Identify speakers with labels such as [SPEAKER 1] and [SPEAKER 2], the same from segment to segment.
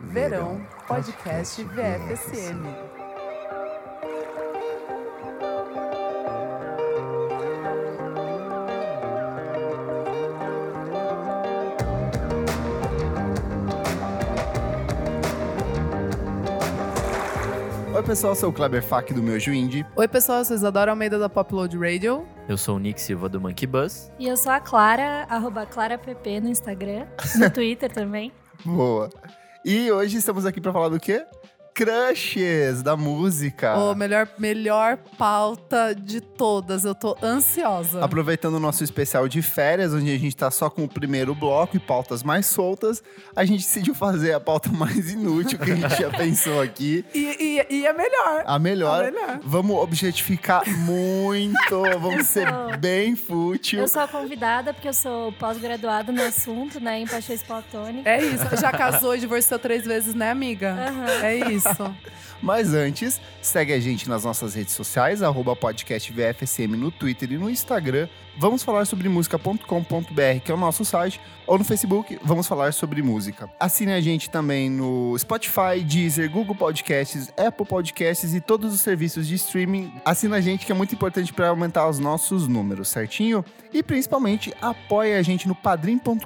[SPEAKER 1] Verão Podcast VFSM.
[SPEAKER 2] Oi, pessoal, eu sou o Kleber Fak do Meu Juinde.
[SPEAKER 1] Oi, pessoal, eu sou Isadora Almeida da Popload Radio.
[SPEAKER 3] Eu sou o Nick Silva do Monkey Bus.
[SPEAKER 4] E eu sou a Clara, arroba ClaraPP no Instagram, no Twitter também.
[SPEAKER 2] Boa. E hoje estamos aqui pra falar do quê? Crushes da música.
[SPEAKER 1] Ô, melhor, melhor pauta de todas. Eu tô ansiosa.
[SPEAKER 2] Aproveitando o nosso especial de férias, onde a gente tá só com o primeiro bloco e pautas mais soltas, a gente decidiu fazer a pauta mais inútil que a gente já pensou aqui.
[SPEAKER 1] E, e, e é melhor.
[SPEAKER 2] A melhor.
[SPEAKER 1] É melhor.
[SPEAKER 2] Vamos objetificar muito, vamos ser
[SPEAKER 4] sou-
[SPEAKER 2] bem fútil.
[SPEAKER 4] Eu sou a convidada porque eu sou pós-graduada no assunto, né, em paixões platônicas.
[SPEAKER 1] É isso. Já casou e divorciou três vezes, né, amiga?
[SPEAKER 4] Aham.
[SPEAKER 1] É isso.
[SPEAKER 2] Mas antes, segue a gente nas nossas redes sociais, arroba podcast VFSM no Twitter e no Instagram. Vamos falar sobre música.com.br, que é o nosso site, ou no Facebook, vamos falar sobre música. Assine a gente também no Spotify, Deezer, Google Podcasts, Apple Podcasts e todos os serviços de streaming. Assina a gente que é muito importante para aumentar os nossos números, certinho? E principalmente apoia a gente no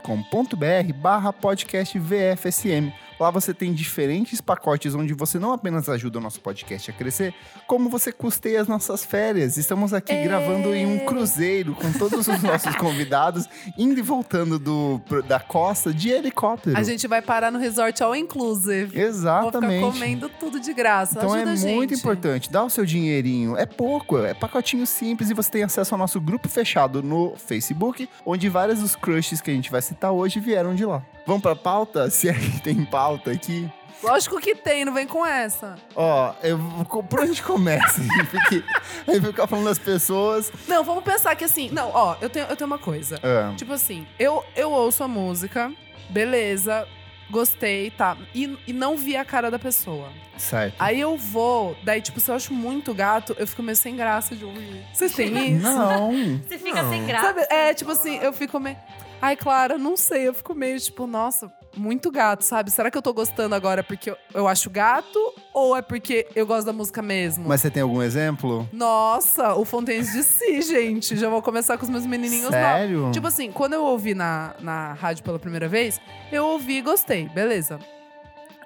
[SPEAKER 2] padrim.com.br barra podcast VFSM. Lá você tem diferentes pacotes onde você não apenas ajuda o nosso podcast a crescer, como você custeia as nossas férias. Estamos aqui
[SPEAKER 1] Ê!
[SPEAKER 2] gravando em um cruzeiro com todos os nossos convidados, indo e voltando do, pro- da costa de helicóptero.
[SPEAKER 1] A gente vai parar no resort all inclusive.
[SPEAKER 2] Exatamente.
[SPEAKER 1] Vou ficar comendo tudo de graça.
[SPEAKER 2] Então é
[SPEAKER 1] Ajuda a gente.
[SPEAKER 2] muito importante, dá o seu dinheirinho. É pouco, é pacotinho simples e você tem acesso ao nosso grupo fechado no Facebook, onde vários dos crushes que a gente vai citar hoje vieram de lá. Vamos pra pauta? Se é que tem pauta aqui.
[SPEAKER 1] Lógico que tem, não vem com essa.
[SPEAKER 2] Ó, eu, vou- co- por onde começa? Porque aí ficar falando das pessoas.
[SPEAKER 1] Não, vamos pensar que assim. Não, ó, eu tenho, eu tenho uma coisa.
[SPEAKER 2] Ah,
[SPEAKER 1] Tipo assim, eu, eu ouço a música, beleza, gostei, tá. E, e não vi a cara da pessoa.
[SPEAKER 2] certo.
[SPEAKER 1] Aí eu vou, daí, tipo, se eu acho muito gato, eu fico meio sem graça de ouvir. Vocês têm isso? né?
[SPEAKER 2] Não.
[SPEAKER 4] Você fica
[SPEAKER 2] não.
[SPEAKER 4] sem graça.
[SPEAKER 1] Sabe? É, tipo assim, eu fico meio. Ai, Clara, não sei. Eu fico meio, tipo, nossa, muito gato, sabe? Será que eu tô gostando agora é porque eu, eu acho gato? Ou é porque eu gosto da música mesmo?
[SPEAKER 2] Mas você tem algum exemplo?
[SPEAKER 1] Nossa, o Fontaines de Si, gente. Já vou começar com os meus menininhos lá.
[SPEAKER 2] Sério?
[SPEAKER 1] Tipo assim, quando eu ouvi na, na rádio pela primeira vez, eu ouvi e gostei, beleza.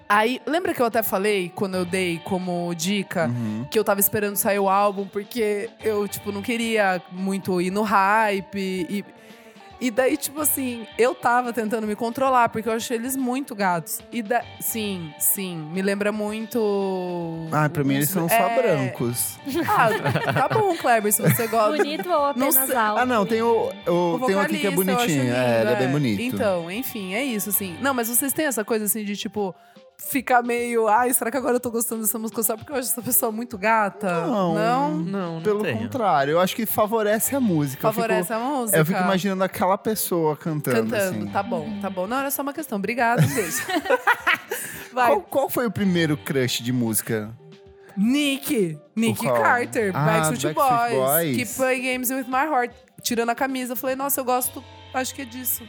[SPEAKER 1] Aí, lembra que eu até falei, quando eu dei como dica,
[SPEAKER 2] Uhum.
[SPEAKER 1] que eu tava esperando sair o álbum, porque eu, tipo, não queria muito ir no hype. E, e daí, tipo assim, eu tava tentando me controlar, porque eu achei eles muito gatos. E da, sim, sim, me lembra muito.
[SPEAKER 2] Ah, pra mim eles são só
[SPEAKER 1] É.
[SPEAKER 2] brancos.
[SPEAKER 1] Ah, tá bom, Kleber, se você gosta.
[SPEAKER 4] Bonito ou apenas
[SPEAKER 1] Não sei-
[SPEAKER 4] alto?
[SPEAKER 2] Ah, não, tem o, o, tem um aqui que
[SPEAKER 1] vocalista, eu
[SPEAKER 2] é
[SPEAKER 1] acho
[SPEAKER 2] bonitinho.
[SPEAKER 1] lindo,
[SPEAKER 2] é, ele é bem bonito.
[SPEAKER 1] Então, enfim, é isso, assim. Não, mas vocês têm essa coisa, assim, de, tipo, ficar meio... Ai, será que agora eu tô gostando dessa música só porque eu acho essa pessoa muito gata?
[SPEAKER 2] Não.
[SPEAKER 1] Não?
[SPEAKER 3] Não, não
[SPEAKER 2] Pelo
[SPEAKER 3] tenho.
[SPEAKER 2] contrário, eu acho que favorece a música. Eu fico-
[SPEAKER 1] Favorece a música?
[SPEAKER 2] Eu fico, imaginando aquela pessoa cantando.
[SPEAKER 1] Cantando,
[SPEAKER 2] assim.
[SPEAKER 1] tá bom, tá bom. Não, era só uma questão. Obrigada, um beijo. Vai.
[SPEAKER 2] Qual, qual foi o primeiro crush de música?
[SPEAKER 1] Nick. Nick
[SPEAKER 2] Qual?
[SPEAKER 1] Carter,
[SPEAKER 2] Ah,
[SPEAKER 1] Backstreet
[SPEAKER 2] Backstreet
[SPEAKER 1] Boys,
[SPEAKER 2] Boys.
[SPEAKER 1] Que play games with my heart. Tirando a camisa, eu falei, nossa, eu gosto... Acho que é disso.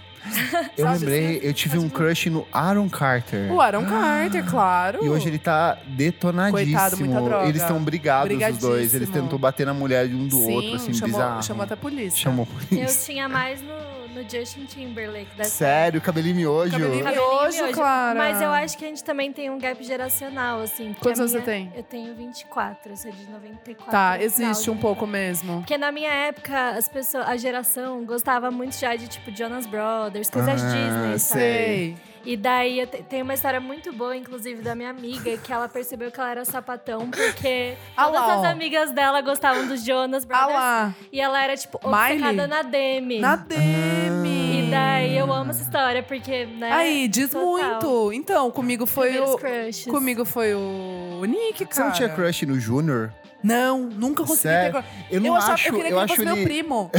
[SPEAKER 2] Eu
[SPEAKER 1] Sabe,
[SPEAKER 2] lembrei,
[SPEAKER 1] assim,
[SPEAKER 2] eu tive um
[SPEAKER 1] faz-
[SPEAKER 2] crush no Aaron Carter.
[SPEAKER 1] O Aaron
[SPEAKER 2] Ah.
[SPEAKER 1] Carter, claro.
[SPEAKER 2] E hoje ele tá detonadíssimo.
[SPEAKER 1] Coitado, muita droga.
[SPEAKER 2] Eles estão brigados os dois. Eles
[SPEAKER 1] Brigadíssimo.
[SPEAKER 2] tentam bater na mulher de um do
[SPEAKER 1] Sim,
[SPEAKER 2] outro, assim,
[SPEAKER 1] chamou,
[SPEAKER 2] bizarro.
[SPEAKER 1] chamou até a polícia.
[SPEAKER 2] Chamou
[SPEAKER 4] Eu
[SPEAKER 2] polícia.
[SPEAKER 4] tinha mais no, no Justin Timberlake. Da
[SPEAKER 2] Sério, cabelinho miojo.
[SPEAKER 1] Cabelinho
[SPEAKER 4] Cabelinho
[SPEAKER 1] Miojo,
[SPEAKER 4] miojo.
[SPEAKER 1] Clara.
[SPEAKER 4] Mas eu acho que a gente também tem um gap geracional, assim. porque
[SPEAKER 1] Quantos
[SPEAKER 4] a
[SPEAKER 1] anos você
[SPEAKER 4] minha-
[SPEAKER 1] tem?
[SPEAKER 4] Eu tenho 24, eu sou de 94.
[SPEAKER 1] Tá,
[SPEAKER 4] no final
[SPEAKER 1] existe
[SPEAKER 4] de
[SPEAKER 1] um pouco mesmo.
[SPEAKER 4] Porque na minha época, as pessoas, a geração gostava muito já de, tipo, Jonas Brothers, coisas
[SPEAKER 2] Ah,
[SPEAKER 4] Disney, sabe?
[SPEAKER 1] Sei.
[SPEAKER 4] E daí, eu te- tem uma história muito boa, inclusive, da minha amiga, que ela percebeu que ela era sapatão, porque
[SPEAKER 1] Ah
[SPEAKER 4] todas
[SPEAKER 1] lá,
[SPEAKER 4] as
[SPEAKER 1] ó.
[SPEAKER 4] amigas dela gostavam dos Jonas
[SPEAKER 1] Ah
[SPEAKER 4] Brothers.
[SPEAKER 1] lá,
[SPEAKER 4] e ela era, tipo,
[SPEAKER 1] Miley?
[SPEAKER 4] obcecada na Demi.
[SPEAKER 2] Ah.
[SPEAKER 1] na Demi.
[SPEAKER 4] E daí, eu amo essa história, porque, né...
[SPEAKER 1] Aí, diz
[SPEAKER 4] total.
[SPEAKER 1] muito. Então, comigo foi
[SPEAKER 4] Primeiros
[SPEAKER 1] o...
[SPEAKER 4] crushes.
[SPEAKER 1] Comigo foi o Nick, cara.
[SPEAKER 2] Você não tinha crush no Júnior?
[SPEAKER 1] Não, nunca consegui
[SPEAKER 2] Sério?
[SPEAKER 1] ter crush.
[SPEAKER 2] Eu não
[SPEAKER 1] achava,
[SPEAKER 2] acho.
[SPEAKER 1] eu queria que
[SPEAKER 2] eu
[SPEAKER 1] ele
[SPEAKER 2] acho
[SPEAKER 1] fosse meu
[SPEAKER 2] ele.
[SPEAKER 1] primo.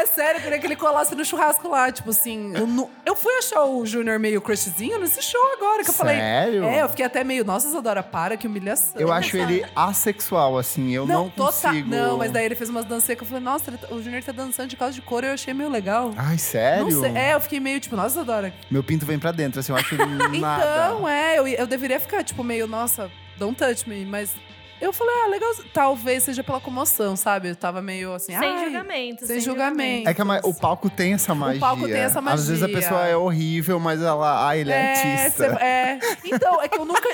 [SPEAKER 1] é sério, eu queria que ele colasse no churrasco lá. Tipo assim, eu, nu- eu fui achar o Júnior meio crushzinho nesse show agora, que eu falei.
[SPEAKER 2] Sério?
[SPEAKER 1] É, eu fiquei até meio, nossa, Isadora, para, que humilhação.
[SPEAKER 2] Eu acho ele assexual, assim. Eu não,
[SPEAKER 1] tota-
[SPEAKER 2] consigo.
[SPEAKER 1] Não, mas daí ele fez umas dancinhas que eu falei, nossa, ele tá- o Júnior tá dançando de calça de couro, eu achei meio legal.
[SPEAKER 2] Ai,
[SPEAKER 1] Não
[SPEAKER 2] Ah, sério?
[SPEAKER 1] sei, é, eu fiquei meio tipo, nossa, Isadora.
[SPEAKER 2] Meu pinto vem pra dentro, assim. Eu acho ele nada.
[SPEAKER 1] Então, é, eu, eu deveria ficar, tipo, meio, nossa, don't touch me, mas eu falei, ah, legal, talvez seja pela comoção, sabe? Eu tava meio assim,
[SPEAKER 4] Sem
[SPEAKER 1] ai,
[SPEAKER 4] julgamento.
[SPEAKER 1] sem julgamento.
[SPEAKER 2] É que a ma- o palco tem essa magia.
[SPEAKER 1] palco tem essa
[SPEAKER 2] Às vezes a
[SPEAKER 1] magia.
[SPEAKER 2] pessoa é horrível, mas ela. Ah, ele é, artista.
[SPEAKER 1] cê- é. Então, é que eu nunca.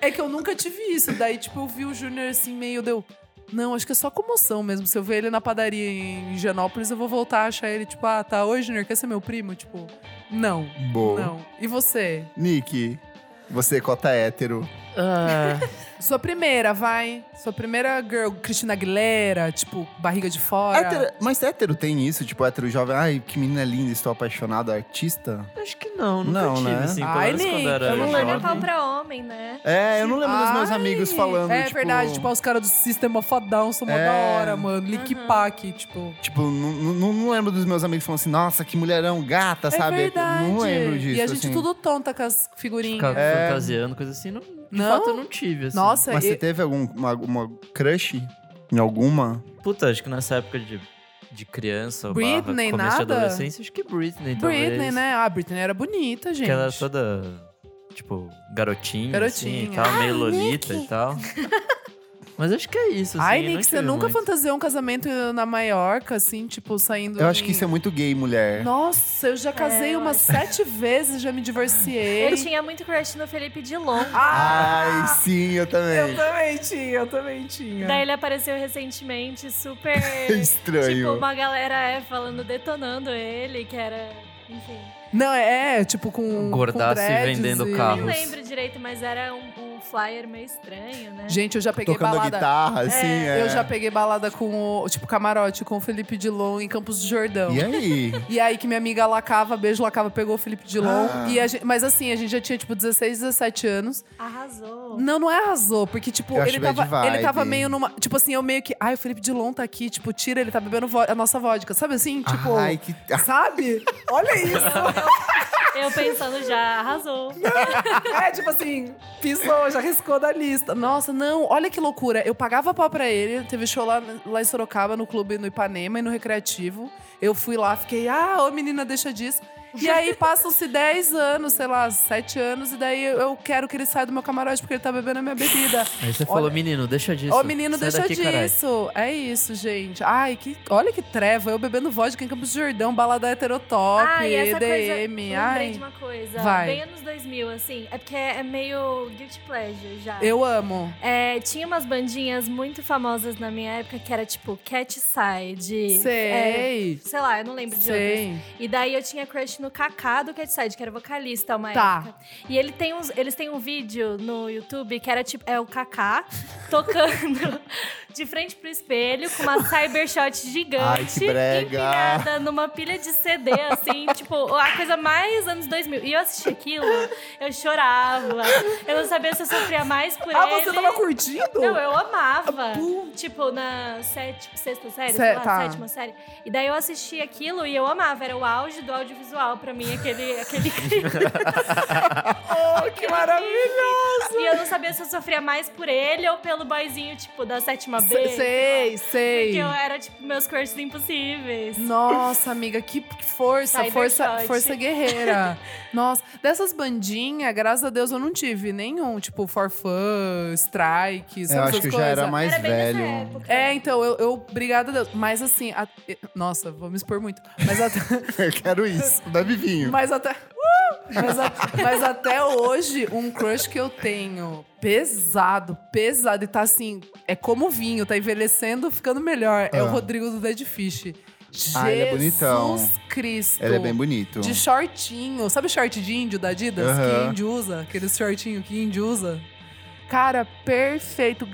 [SPEAKER 1] É que eu nunca tive isso. Daí, tipo, eu vi o Júnior assim, meio deu. Não, acho que é só comoção mesmo. Se eu ver ele na padaria em Genópolis, eu vou voltar a achar ele, tipo, ah, tá, oi, Júnior, quer ser meu primo? Tipo, não,
[SPEAKER 2] Boa.
[SPEAKER 1] não. E você?
[SPEAKER 2] Nick, você cota hétero.
[SPEAKER 3] Ah,
[SPEAKER 1] Sua primeira, vai. Sua primeira girl, Cristina Aguilera, tipo, barriga de fora.
[SPEAKER 2] Hétero- mas hétero tem isso? Tipo, hétero jovem. Ai, que menina linda, estou apaixonado, artista?
[SPEAKER 3] acho que não, nunca
[SPEAKER 2] Não,
[SPEAKER 3] tive,
[SPEAKER 2] né?
[SPEAKER 3] assim, pelo
[SPEAKER 1] Ai,
[SPEAKER 3] menos quando
[SPEAKER 1] Nick,
[SPEAKER 3] era
[SPEAKER 1] eu
[SPEAKER 4] Não
[SPEAKER 1] não
[SPEAKER 4] manda
[SPEAKER 1] lembro
[SPEAKER 4] pau
[SPEAKER 3] jovem.
[SPEAKER 4] pra homem, né?
[SPEAKER 2] É, eu não lembro dos meus
[SPEAKER 1] Ai,
[SPEAKER 2] amigos falando.
[SPEAKER 1] É
[SPEAKER 2] tipo,
[SPEAKER 1] verdade, tipo, os caras do System of a Down são mó
[SPEAKER 2] É. Uhum.
[SPEAKER 1] da hora, mano. Lick Pack, tipo.
[SPEAKER 2] Tipo, não, não- não lembro dos meus amigos falando assim, nossa, que mulherão gata, sabe?
[SPEAKER 1] É verdade.
[SPEAKER 2] Não lembro disso.
[SPEAKER 1] E a gente
[SPEAKER 2] assim.
[SPEAKER 1] tudo tonta com as figurinhas.
[SPEAKER 3] Ficava
[SPEAKER 2] É.
[SPEAKER 3] fantasiando, coisa assim. Não, de
[SPEAKER 1] Não?
[SPEAKER 3] fato, eu não tive, assim.
[SPEAKER 1] Nossa,
[SPEAKER 2] Mas
[SPEAKER 1] e-
[SPEAKER 2] você teve algum, uma, uma crush em alguma?
[SPEAKER 3] Puta, acho que nessa época de, de criança, ou
[SPEAKER 1] Britney,
[SPEAKER 3] barra, começo de
[SPEAKER 1] nada?
[SPEAKER 3] adolescência, acho que Britney, talvez.
[SPEAKER 1] Britney, né? Ah, a Britney era bonita, gente.
[SPEAKER 3] Que ela era toda, tipo, garotinha,
[SPEAKER 1] Garotinha.
[SPEAKER 3] assim, e tal, meio lolita e tal. Mas acho que é isso, assim.
[SPEAKER 1] Ai,
[SPEAKER 3] eu não
[SPEAKER 1] Nick, você
[SPEAKER 3] tive
[SPEAKER 1] nunca
[SPEAKER 3] muito.
[SPEAKER 1] fantasiou um casamento na Maiorca, assim, tipo, saindo.
[SPEAKER 2] Eu acho
[SPEAKER 1] em-
[SPEAKER 2] que isso é muito gay, mulher.
[SPEAKER 1] Nossa, eu já casei
[SPEAKER 4] eu
[SPEAKER 1] umas sete vezes, já me divorciei.
[SPEAKER 4] Eu É, tinha muito crush no Felipe Dilon.
[SPEAKER 1] Ah.
[SPEAKER 2] Ah, Ai, sim, eu
[SPEAKER 1] eu
[SPEAKER 2] também.
[SPEAKER 1] também tinha, eu também tinha.
[SPEAKER 4] Daí ele apareceu recentemente, super. tipo,
[SPEAKER 2] É Estranho.
[SPEAKER 4] uma galera é falando, detonando ele, que era. Enfim.
[SPEAKER 1] Não, é, tipo, com.
[SPEAKER 3] Gordaço
[SPEAKER 1] com
[SPEAKER 3] e
[SPEAKER 1] dreads
[SPEAKER 3] vendendo
[SPEAKER 1] e-
[SPEAKER 3] carro.
[SPEAKER 4] Não
[SPEAKER 3] Carros.
[SPEAKER 4] lembro direito, mas era um, um flyer meio estranho, né?
[SPEAKER 1] Gente, eu já peguei
[SPEAKER 2] Tocando
[SPEAKER 1] balada.
[SPEAKER 2] guitarra, assim. É,
[SPEAKER 1] Eu já peguei balada com o. Tipo, camarote com o Felipe Dilon em Campos do Jordão.
[SPEAKER 2] E aí?
[SPEAKER 1] E aí que minha amiga lacava, beijo lacava, pegou o Felipe Dilon.
[SPEAKER 2] Ah.
[SPEAKER 1] E a gente- mas assim, a gente já tinha tipo 16, 17 anos.
[SPEAKER 4] Arrasou.
[SPEAKER 1] Não, não é arrasou, porque tipo,
[SPEAKER 2] Eu acho
[SPEAKER 1] ele
[SPEAKER 2] bad
[SPEAKER 1] tava, ele
[SPEAKER 2] vibe.
[SPEAKER 1] tava meio numa, tipo assim, eu meio que, ai, o Felipe Dilon tá aqui, tipo, tira, ele tá bebendo vo- a nossa vodka, sabe assim? Tipo,
[SPEAKER 2] Ai, que. ah,
[SPEAKER 1] sabe? Olha isso.
[SPEAKER 4] Eu pensando já, arrasou.
[SPEAKER 1] é, tipo assim, pisou, já riscou da lista. Nossa, não, olha que loucura. Eu pagava pau pra ele, teve show lá, lá em Sorocaba, no clube no Ipanema e no Recreativo. Eu fui lá, fiquei, ah, ô menina, deixa disso. E aí passam-se 10 anos, sei lá, 7 anos, e daí eu- eu quero que ele saia do meu camarote porque ele tá bebendo a minha bebida.
[SPEAKER 3] Aí você falou, menino, deixa disso.
[SPEAKER 1] Ô, menino,
[SPEAKER 3] sai
[SPEAKER 1] deixa
[SPEAKER 3] daqui, caralho."
[SPEAKER 1] disso. É isso, gente. Ai, que, olha que treva. Eu bebendo vodka em Campos do Jordão, balada heterotop,
[SPEAKER 4] Ah, e essa
[SPEAKER 1] EDM.
[SPEAKER 4] coisa, lembrei
[SPEAKER 1] ai,
[SPEAKER 4] de uma coisa.
[SPEAKER 1] Vai.
[SPEAKER 4] Bem anos 2000, assim, é porque é meio guilty pleasure já.
[SPEAKER 1] eu amo.
[SPEAKER 4] É, tinha umas bandinhas muito famosas na minha época que era tipo Cat Side. é,
[SPEAKER 1] Sei.
[SPEAKER 4] sei lá, eu não lembro de outras.
[SPEAKER 1] Sei.
[SPEAKER 4] E daí eu tinha crush no Kaká do Cat Side, que era vocalista uma
[SPEAKER 1] Tá.
[SPEAKER 4] época. E ele tem uns, eles têm um vídeo no YouTube que era tipo, é o Kaká tocando de frente pro espelho com uma cybershot gigante
[SPEAKER 2] Ai, que brega.
[SPEAKER 4] empilhada numa pilha de CD assim, tipo, a coisa mais anos 2000. E eu assisti aquilo, eu chorava. Eu não sabia se eu sofria mais por
[SPEAKER 1] Ah,
[SPEAKER 4] ele.
[SPEAKER 1] você tava curtindo?
[SPEAKER 4] Não, eu amava.
[SPEAKER 1] Pum.
[SPEAKER 4] Tipo, na sétima, sexta série,
[SPEAKER 1] Cê-
[SPEAKER 4] sei lá,
[SPEAKER 1] tá.
[SPEAKER 4] sétima série. E daí eu assisti aquilo e eu amava. Era o auge do audiovisual pra mim, aquele, aquele clipe.
[SPEAKER 1] Oh, que maravilhoso!
[SPEAKER 4] e eu não sabia se eu sofria mais por ele ou pelo boyzinho, tipo, da sétima B.
[SPEAKER 1] Se- Sei,
[SPEAKER 4] Que
[SPEAKER 1] sei.
[SPEAKER 4] eu era, tipo, meus crushes impossíveis.
[SPEAKER 1] Nossa, amiga, que que força,
[SPEAKER 4] Cyber
[SPEAKER 1] força,
[SPEAKER 4] shot.
[SPEAKER 1] força guerreira. Nossa, dessas bandinhas, graças a Deus, eu não tive nenhum, tipo, forfã, strike, sabe
[SPEAKER 2] É, Eu
[SPEAKER 1] essas
[SPEAKER 2] acho que eu já
[SPEAKER 1] coisas.
[SPEAKER 2] era mais
[SPEAKER 4] Era bem nessa
[SPEAKER 2] velho.
[SPEAKER 4] época.
[SPEAKER 1] É, então, eu, eu obrigada a Deus. Mas assim, a- eh, nossa, vou me expor muito. Mas até,
[SPEAKER 2] Eu quero isso. Bebe vinho.
[SPEAKER 1] mas até, Uh! mas, a- mas até hoje, um crush que eu tenho pesado, pesado, e tá assim, é como vinho, tá envelhecendo, ficando melhor. É
[SPEAKER 2] Ah.
[SPEAKER 1] o Rodrigo do Dead Fish. Jesus
[SPEAKER 2] Ah, ele é bonitão.
[SPEAKER 1] Cristo.
[SPEAKER 2] Ele é bem
[SPEAKER 1] tipo,
[SPEAKER 2] bonito.
[SPEAKER 1] De shortinho. Sabe short de índio da Adidas?
[SPEAKER 2] Aham.
[SPEAKER 1] Que índio usa? Aqueles shortinho que índio usa? Cara, perfeito,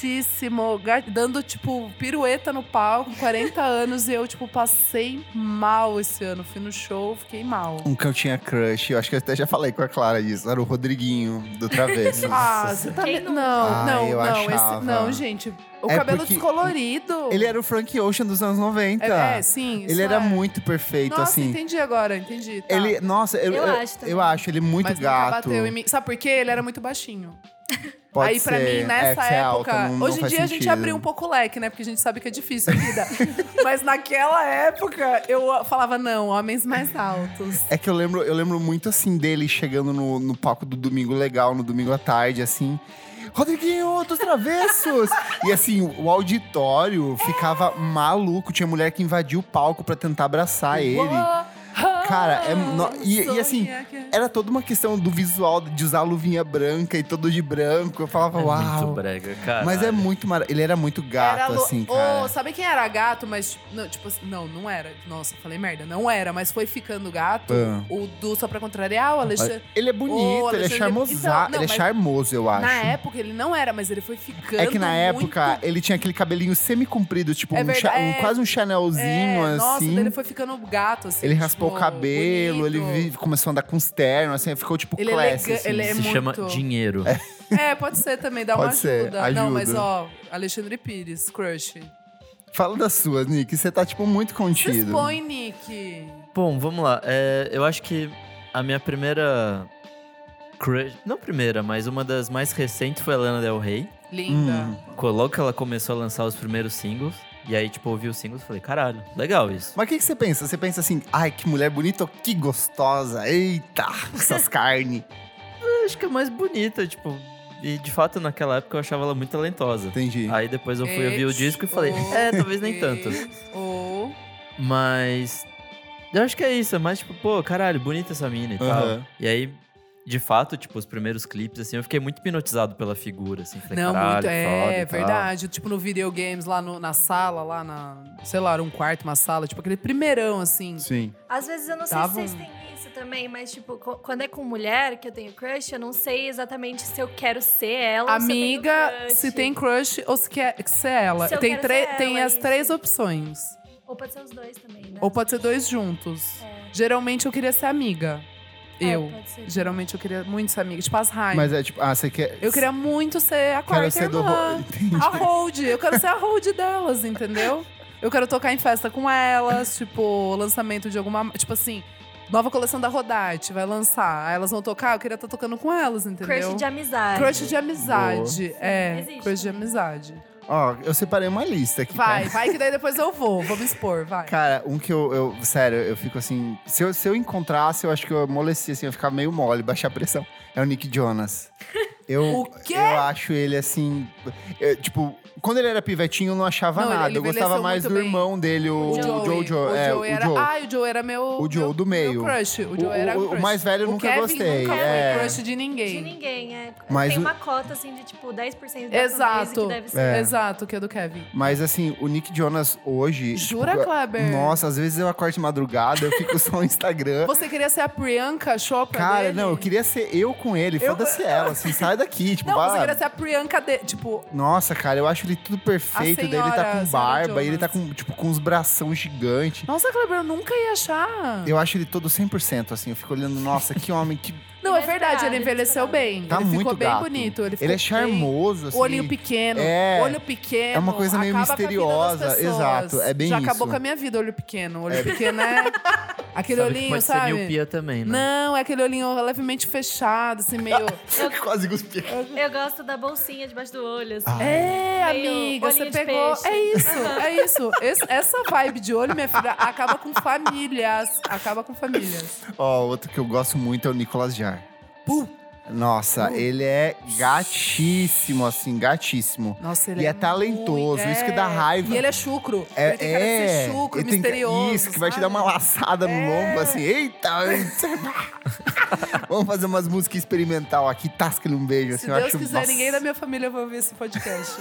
[SPEAKER 1] gatíssimo, ga- dando, tipo, pirueta no palco, 40 anos, e eu, tipo, passei mal esse ano. Fui no show, fiquei mal.
[SPEAKER 2] Um que eu tinha crush, eu acho que eu até já falei com a Clara disso, era o Rodriguinho, do Travessos.
[SPEAKER 1] Ah, você tá.
[SPEAKER 4] Quem
[SPEAKER 1] me-
[SPEAKER 4] nunca?
[SPEAKER 1] Não,
[SPEAKER 2] Ah,
[SPEAKER 1] não,
[SPEAKER 2] eu
[SPEAKER 1] não.
[SPEAKER 2] achava.
[SPEAKER 1] Esse, não, gente. O
[SPEAKER 2] É
[SPEAKER 1] cabelo
[SPEAKER 2] porque
[SPEAKER 1] descolorido.
[SPEAKER 2] Ele era o Frank Ocean dos anos 90.
[SPEAKER 1] É, é, sim. isso
[SPEAKER 2] ele era
[SPEAKER 1] é.
[SPEAKER 2] muito perfeito,
[SPEAKER 1] Nossa,
[SPEAKER 2] assim.
[SPEAKER 1] entendi agora, entendi. tá.
[SPEAKER 2] Ele, nossa, eu,
[SPEAKER 4] Eu
[SPEAKER 2] eu,
[SPEAKER 4] acho também.
[SPEAKER 2] eu acho ele muito
[SPEAKER 1] Mas nunca
[SPEAKER 2] gato.
[SPEAKER 1] bateu em mim. Sabe por quê? Ele era muito baixinho.
[SPEAKER 2] Pode
[SPEAKER 1] Aí, pra
[SPEAKER 2] ser.
[SPEAKER 1] mim, nessa
[SPEAKER 2] É que você é
[SPEAKER 1] época.
[SPEAKER 2] alta, não- não
[SPEAKER 1] hoje em
[SPEAKER 2] faz
[SPEAKER 1] dia a gente
[SPEAKER 2] sentido.
[SPEAKER 1] abriu um pouco o leque, né? Porque a gente sabe que é difícil a vida. Mas naquela época, eu falava, não, homens mais altos.
[SPEAKER 2] É que eu lembro, eu lembro muito assim dele chegando no, no palco do Domingo Legal, no domingo à tarde, assim. Rodriguinho, dos travessos! e assim, o auditório ficava maluco. Tinha mulher que invadiu o palco pra tentar abraçar ele. Cara, é no- e- e assim,
[SPEAKER 1] Sonha que-
[SPEAKER 2] Era toda uma questão do visual, de usar a luvinha branca e todo de branco. Eu falava,
[SPEAKER 3] É muito
[SPEAKER 2] uau.
[SPEAKER 3] brega, cara.
[SPEAKER 2] Mas é muito maravilhoso. Ele era muito gato,
[SPEAKER 1] Era lo-
[SPEAKER 2] assim,
[SPEAKER 1] Ô,
[SPEAKER 2] cara.
[SPEAKER 1] sabe quem era gato, mas tipo, não, tipo assim, não, não era. Nossa, falei merda, não era, mas foi ficando gato.
[SPEAKER 2] Ah.
[SPEAKER 1] O do só pra contrariar, o Alexandre.
[SPEAKER 2] Ele é bonito,
[SPEAKER 1] Ô,
[SPEAKER 2] ele é
[SPEAKER 1] Alexandre,
[SPEAKER 2] charmosa,
[SPEAKER 1] então, não,
[SPEAKER 2] ele é
[SPEAKER 1] mas-
[SPEAKER 2] charmoso, eu acho.
[SPEAKER 1] Na época ele não era, mas ele foi ficando.
[SPEAKER 2] é que na
[SPEAKER 1] muito
[SPEAKER 2] época ele tinha aquele cabelinho semi-comprido, tipo
[SPEAKER 1] É
[SPEAKER 2] um cha-
[SPEAKER 1] verdade,
[SPEAKER 2] um-
[SPEAKER 1] é.
[SPEAKER 2] quase um
[SPEAKER 1] É,
[SPEAKER 2] chanelzinho,
[SPEAKER 1] Nossa,
[SPEAKER 2] assim.
[SPEAKER 1] daí ele foi ficando gato, assim.
[SPEAKER 2] Ele raspou
[SPEAKER 1] tipo,
[SPEAKER 2] o cabelo, ele
[SPEAKER 1] bonito.
[SPEAKER 2] vi- começou a andar com os ternos, assim, ficou tipo
[SPEAKER 1] Ele é
[SPEAKER 2] classy,
[SPEAKER 1] elegante,
[SPEAKER 2] assim.
[SPEAKER 1] ele é
[SPEAKER 3] Se chama
[SPEAKER 1] muito-
[SPEAKER 3] dinheiro.
[SPEAKER 1] É, pode ser também, dá uma
[SPEAKER 2] Pode ser,
[SPEAKER 1] ajuda. Não,
[SPEAKER 2] ajuda.
[SPEAKER 1] mas ó, Alexandre Pires, crush.
[SPEAKER 2] Fala das suas, Nick, você tá, tipo, muito
[SPEAKER 1] Se
[SPEAKER 2] contido.
[SPEAKER 1] expõe, Nick.
[SPEAKER 3] Bom, vamos lá. É, eu acho que a minha primeira crush... Não primeira, mas uma das mais recentes foi a Lana Del Rey.
[SPEAKER 1] Linda.
[SPEAKER 2] Hum.
[SPEAKER 3] Logo que ela começou a lançar os primeiros singles. E aí, tipo, eu ouvi os singles e falei, caralho, legal isso.
[SPEAKER 2] Mas o que, que você pensa? Você pensa assim, ai, que mulher bonita, que gostosa, eita, essas carnes.
[SPEAKER 3] acho que é mais bonita, tipo. E de fato, naquela época eu achava ela muito talentosa.
[SPEAKER 2] Entendi.
[SPEAKER 3] Aí depois eu fui ouvir o disco e falei, é, talvez nem tanto.
[SPEAKER 1] Ou.
[SPEAKER 3] Mas. Eu acho que é isso, é mais tipo, pô, caralho, bonita essa mina e tal.
[SPEAKER 2] Aham.
[SPEAKER 3] E aí, de fato, tipo, os primeiros clipes, assim, eu fiquei muito hipnotizado pela figura, assim. Falei,
[SPEAKER 1] Não,
[SPEAKER 3] caralho,
[SPEAKER 1] muito.
[SPEAKER 3] que foda
[SPEAKER 1] É,
[SPEAKER 3] e tal.
[SPEAKER 1] verdade. Tipo no videogames lá no- na sala, lá na. Sei lá, era um quarto, uma sala. Tipo aquele primeirão, assim.
[SPEAKER 2] Sim.
[SPEAKER 4] Às vezes eu não sei
[SPEAKER 1] Dava
[SPEAKER 4] se vocês
[SPEAKER 1] um-
[SPEAKER 4] têm isso também, mas tipo, co- quando é com mulher que eu tenho crush, eu não sei exatamente se eu quero ser ela ou se eu tenho um
[SPEAKER 1] Amiga,
[SPEAKER 4] é crush.
[SPEAKER 1] se tem crush ou se quer que ser ela.
[SPEAKER 4] Se eu
[SPEAKER 1] tem
[SPEAKER 4] quero
[SPEAKER 1] tre-
[SPEAKER 4] ser ela, é
[SPEAKER 1] tem as
[SPEAKER 4] isso.
[SPEAKER 1] três opções.
[SPEAKER 4] Ou pode ser os dois também, né?
[SPEAKER 1] Ou pode ser dois juntos.
[SPEAKER 4] É.
[SPEAKER 1] Geralmente eu queria ser amiga.
[SPEAKER 4] É,
[SPEAKER 1] Eu.
[SPEAKER 4] pode ser.
[SPEAKER 1] Geralmente eu queria muito ser amiga. Tipo as Raim.
[SPEAKER 2] Mas é tipo, ah, você quer...
[SPEAKER 1] Eu queria um muito ser a quarta
[SPEAKER 2] Quero ser do...
[SPEAKER 1] irmã.
[SPEAKER 2] ro- Entendi.
[SPEAKER 1] A hold. Eu quero ser a hold delas, entendeu? Eu quero tocar em festa com elas, tipo, lançamento de alguma. Tipo assim, nova coleção da Rodate vai lançar. Aí elas vão tocar, eu queria estar tocando com elas, entendeu?
[SPEAKER 4] Crush de amizade.
[SPEAKER 1] Crush de amizade. É,
[SPEAKER 4] existe
[SPEAKER 1] crush de
[SPEAKER 4] também.
[SPEAKER 1] amizade.
[SPEAKER 2] Ó, eu separei uma lista aqui.
[SPEAKER 1] Vai,
[SPEAKER 2] tá?
[SPEAKER 1] vai que daí depois eu vou. Vou me expor, vai.
[SPEAKER 2] Cara, um que eu, eu- Sério, eu fico assim. Se eu, se eu encontrasse, eu acho que eu amolecia, assim, eu ficava meio mole, baixar a pressão. É o Nick Jonas. Eu,
[SPEAKER 1] O quê?
[SPEAKER 2] eu acho ele assim. é, tipo, quando ele era pivetinho, eu não achava
[SPEAKER 1] Não, ele-
[SPEAKER 2] nada.
[SPEAKER 1] ele
[SPEAKER 2] eu gostava
[SPEAKER 1] envelheceu
[SPEAKER 2] mais do
[SPEAKER 1] muito bem.
[SPEAKER 2] irmão dele, o, o Joe. Joe, é,
[SPEAKER 1] Joe
[SPEAKER 2] o
[SPEAKER 1] era.
[SPEAKER 2] Joe.
[SPEAKER 1] Ai, o Joe era meu.
[SPEAKER 2] O Joe
[SPEAKER 1] meu-
[SPEAKER 2] do meio.
[SPEAKER 1] Meu crush. O Joe
[SPEAKER 2] O-
[SPEAKER 1] era
[SPEAKER 2] o- o
[SPEAKER 1] crush.
[SPEAKER 2] mais velho eu
[SPEAKER 1] o
[SPEAKER 2] nunca
[SPEAKER 1] Kevin
[SPEAKER 2] gostei,
[SPEAKER 1] Nunca
[SPEAKER 2] é.
[SPEAKER 1] foi crush de ninguém.
[SPEAKER 4] De ninguém, é.
[SPEAKER 2] Mas
[SPEAKER 4] tem
[SPEAKER 2] o-
[SPEAKER 4] uma cota assim de tipo 10% da fanbase
[SPEAKER 1] Exato.
[SPEAKER 4] que deve ser.
[SPEAKER 2] É.
[SPEAKER 1] Exato, que é do Kevin.
[SPEAKER 2] Mas assim, o Nick Jonas hoje.
[SPEAKER 1] Jura,
[SPEAKER 2] tipo,
[SPEAKER 1] Kleber?
[SPEAKER 2] Nossa, às vezes eu acordo de madrugada, eu fico só no Instagram.
[SPEAKER 1] Você queria ser a Priyanka Chopra
[SPEAKER 2] Cara,
[SPEAKER 1] dele?
[SPEAKER 2] não, eu queria ser eu com ele.
[SPEAKER 1] Eu-
[SPEAKER 2] Foda-se ela, assim, sai daqui. Tipo,
[SPEAKER 1] Não,
[SPEAKER 2] vai
[SPEAKER 1] você
[SPEAKER 2] lá.
[SPEAKER 1] queria ser a Priyanka dele. Tipo,
[SPEAKER 2] Nossa, cara, eu acho ele tudo perfeito.
[SPEAKER 1] A
[SPEAKER 2] daí ele tá
[SPEAKER 1] senhora,
[SPEAKER 2] com
[SPEAKER 1] senhora
[SPEAKER 2] barba, e ele
[SPEAKER 1] Jonas.
[SPEAKER 2] tá com, tipo, com uns bração gigante.
[SPEAKER 1] nossa, Kleber, eu nunca ia achar.
[SPEAKER 2] Eu acho ele todo 100%, assim. Eu fico olhando, nossa, que homem, que.
[SPEAKER 1] Não, é verdade,
[SPEAKER 4] Inesperado,
[SPEAKER 1] ele envelheceu
[SPEAKER 4] inesperado.
[SPEAKER 1] bem.
[SPEAKER 2] Tá
[SPEAKER 1] ele
[SPEAKER 2] muito
[SPEAKER 1] ficou bem
[SPEAKER 2] gato.
[SPEAKER 1] bonito. Ele, ficou
[SPEAKER 2] Ele é
[SPEAKER 1] bem-
[SPEAKER 2] charmoso, assim.
[SPEAKER 1] O olhinho pequeno,
[SPEAKER 2] É.
[SPEAKER 1] olho pequeno.
[SPEAKER 2] É uma coisa meio
[SPEAKER 1] acaba com a vida
[SPEAKER 2] misteriosa,
[SPEAKER 1] das pessoas.
[SPEAKER 2] exato, é bem
[SPEAKER 1] Já
[SPEAKER 2] isso.
[SPEAKER 1] acabou com a minha vida, olho pequeno. Olho pequeno é aquele
[SPEAKER 3] Sabe que
[SPEAKER 1] olhinho,
[SPEAKER 3] pode
[SPEAKER 1] sabe?
[SPEAKER 3] ser miopia também, né?
[SPEAKER 1] Não, é aquele olhinho levemente fechado, assim, meio.
[SPEAKER 2] Quase cuspi.
[SPEAKER 4] Eu gosto da bolsinha debaixo do olho,
[SPEAKER 2] Ah,
[SPEAKER 4] assim.
[SPEAKER 1] É,
[SPEAKER 4] Meio
[SPEAKER 1] amiga, você
[SPEAKER 4] olhinho de
[SPEAKER 1] pegou.
[SPEAKER 4] peixe.
[SPEAKER 1] É isso, é isso. Esse- essa vibe de olho, minha filha, acaba com famílias. Acaba com famílias.
[SPEAKER 2] Ó, outro que eu gosto muito é o Nicolas Jar.
[SPEAKER 1] Puh.
[SPEAKER 2] Nossa, ele é gatíssimo, assim, gatíssimo.
[SPEAKER 1] Nossa, ele
[SPEAKER 2] E
[SPEAKER 1] é,
[SPEAKER 2] é talentoso,
[SPEAKER 1] muito-
[SPEAKER 2] isso que dá raiva. é.
[SPEAKER 1] E ele é chucro. ele tem cara de ser chucro,
[SPEAKER 2] ele tem-
[SPEAKER 1] misterioso.
[SPEAKER 2] Isso, que vai te dar uma
[SPEAKER 1] sabe? É.
[SPEAKER 2] laçada no lombo, assim. Eita! Vamos fazer umas músicas experimental aqui. Tasca-lhe um beijo,
[SPEAKER 1] Se
[SPEAKER 2] assim. eu
[SPEAKER 1] Deus
[SPEAKER 2] acho,
[SPEAKER 1] quiser,
[SPEAKER 2] nossa.
[SPEAKER 1] ninguém da minha família vai ouvir esse podcast.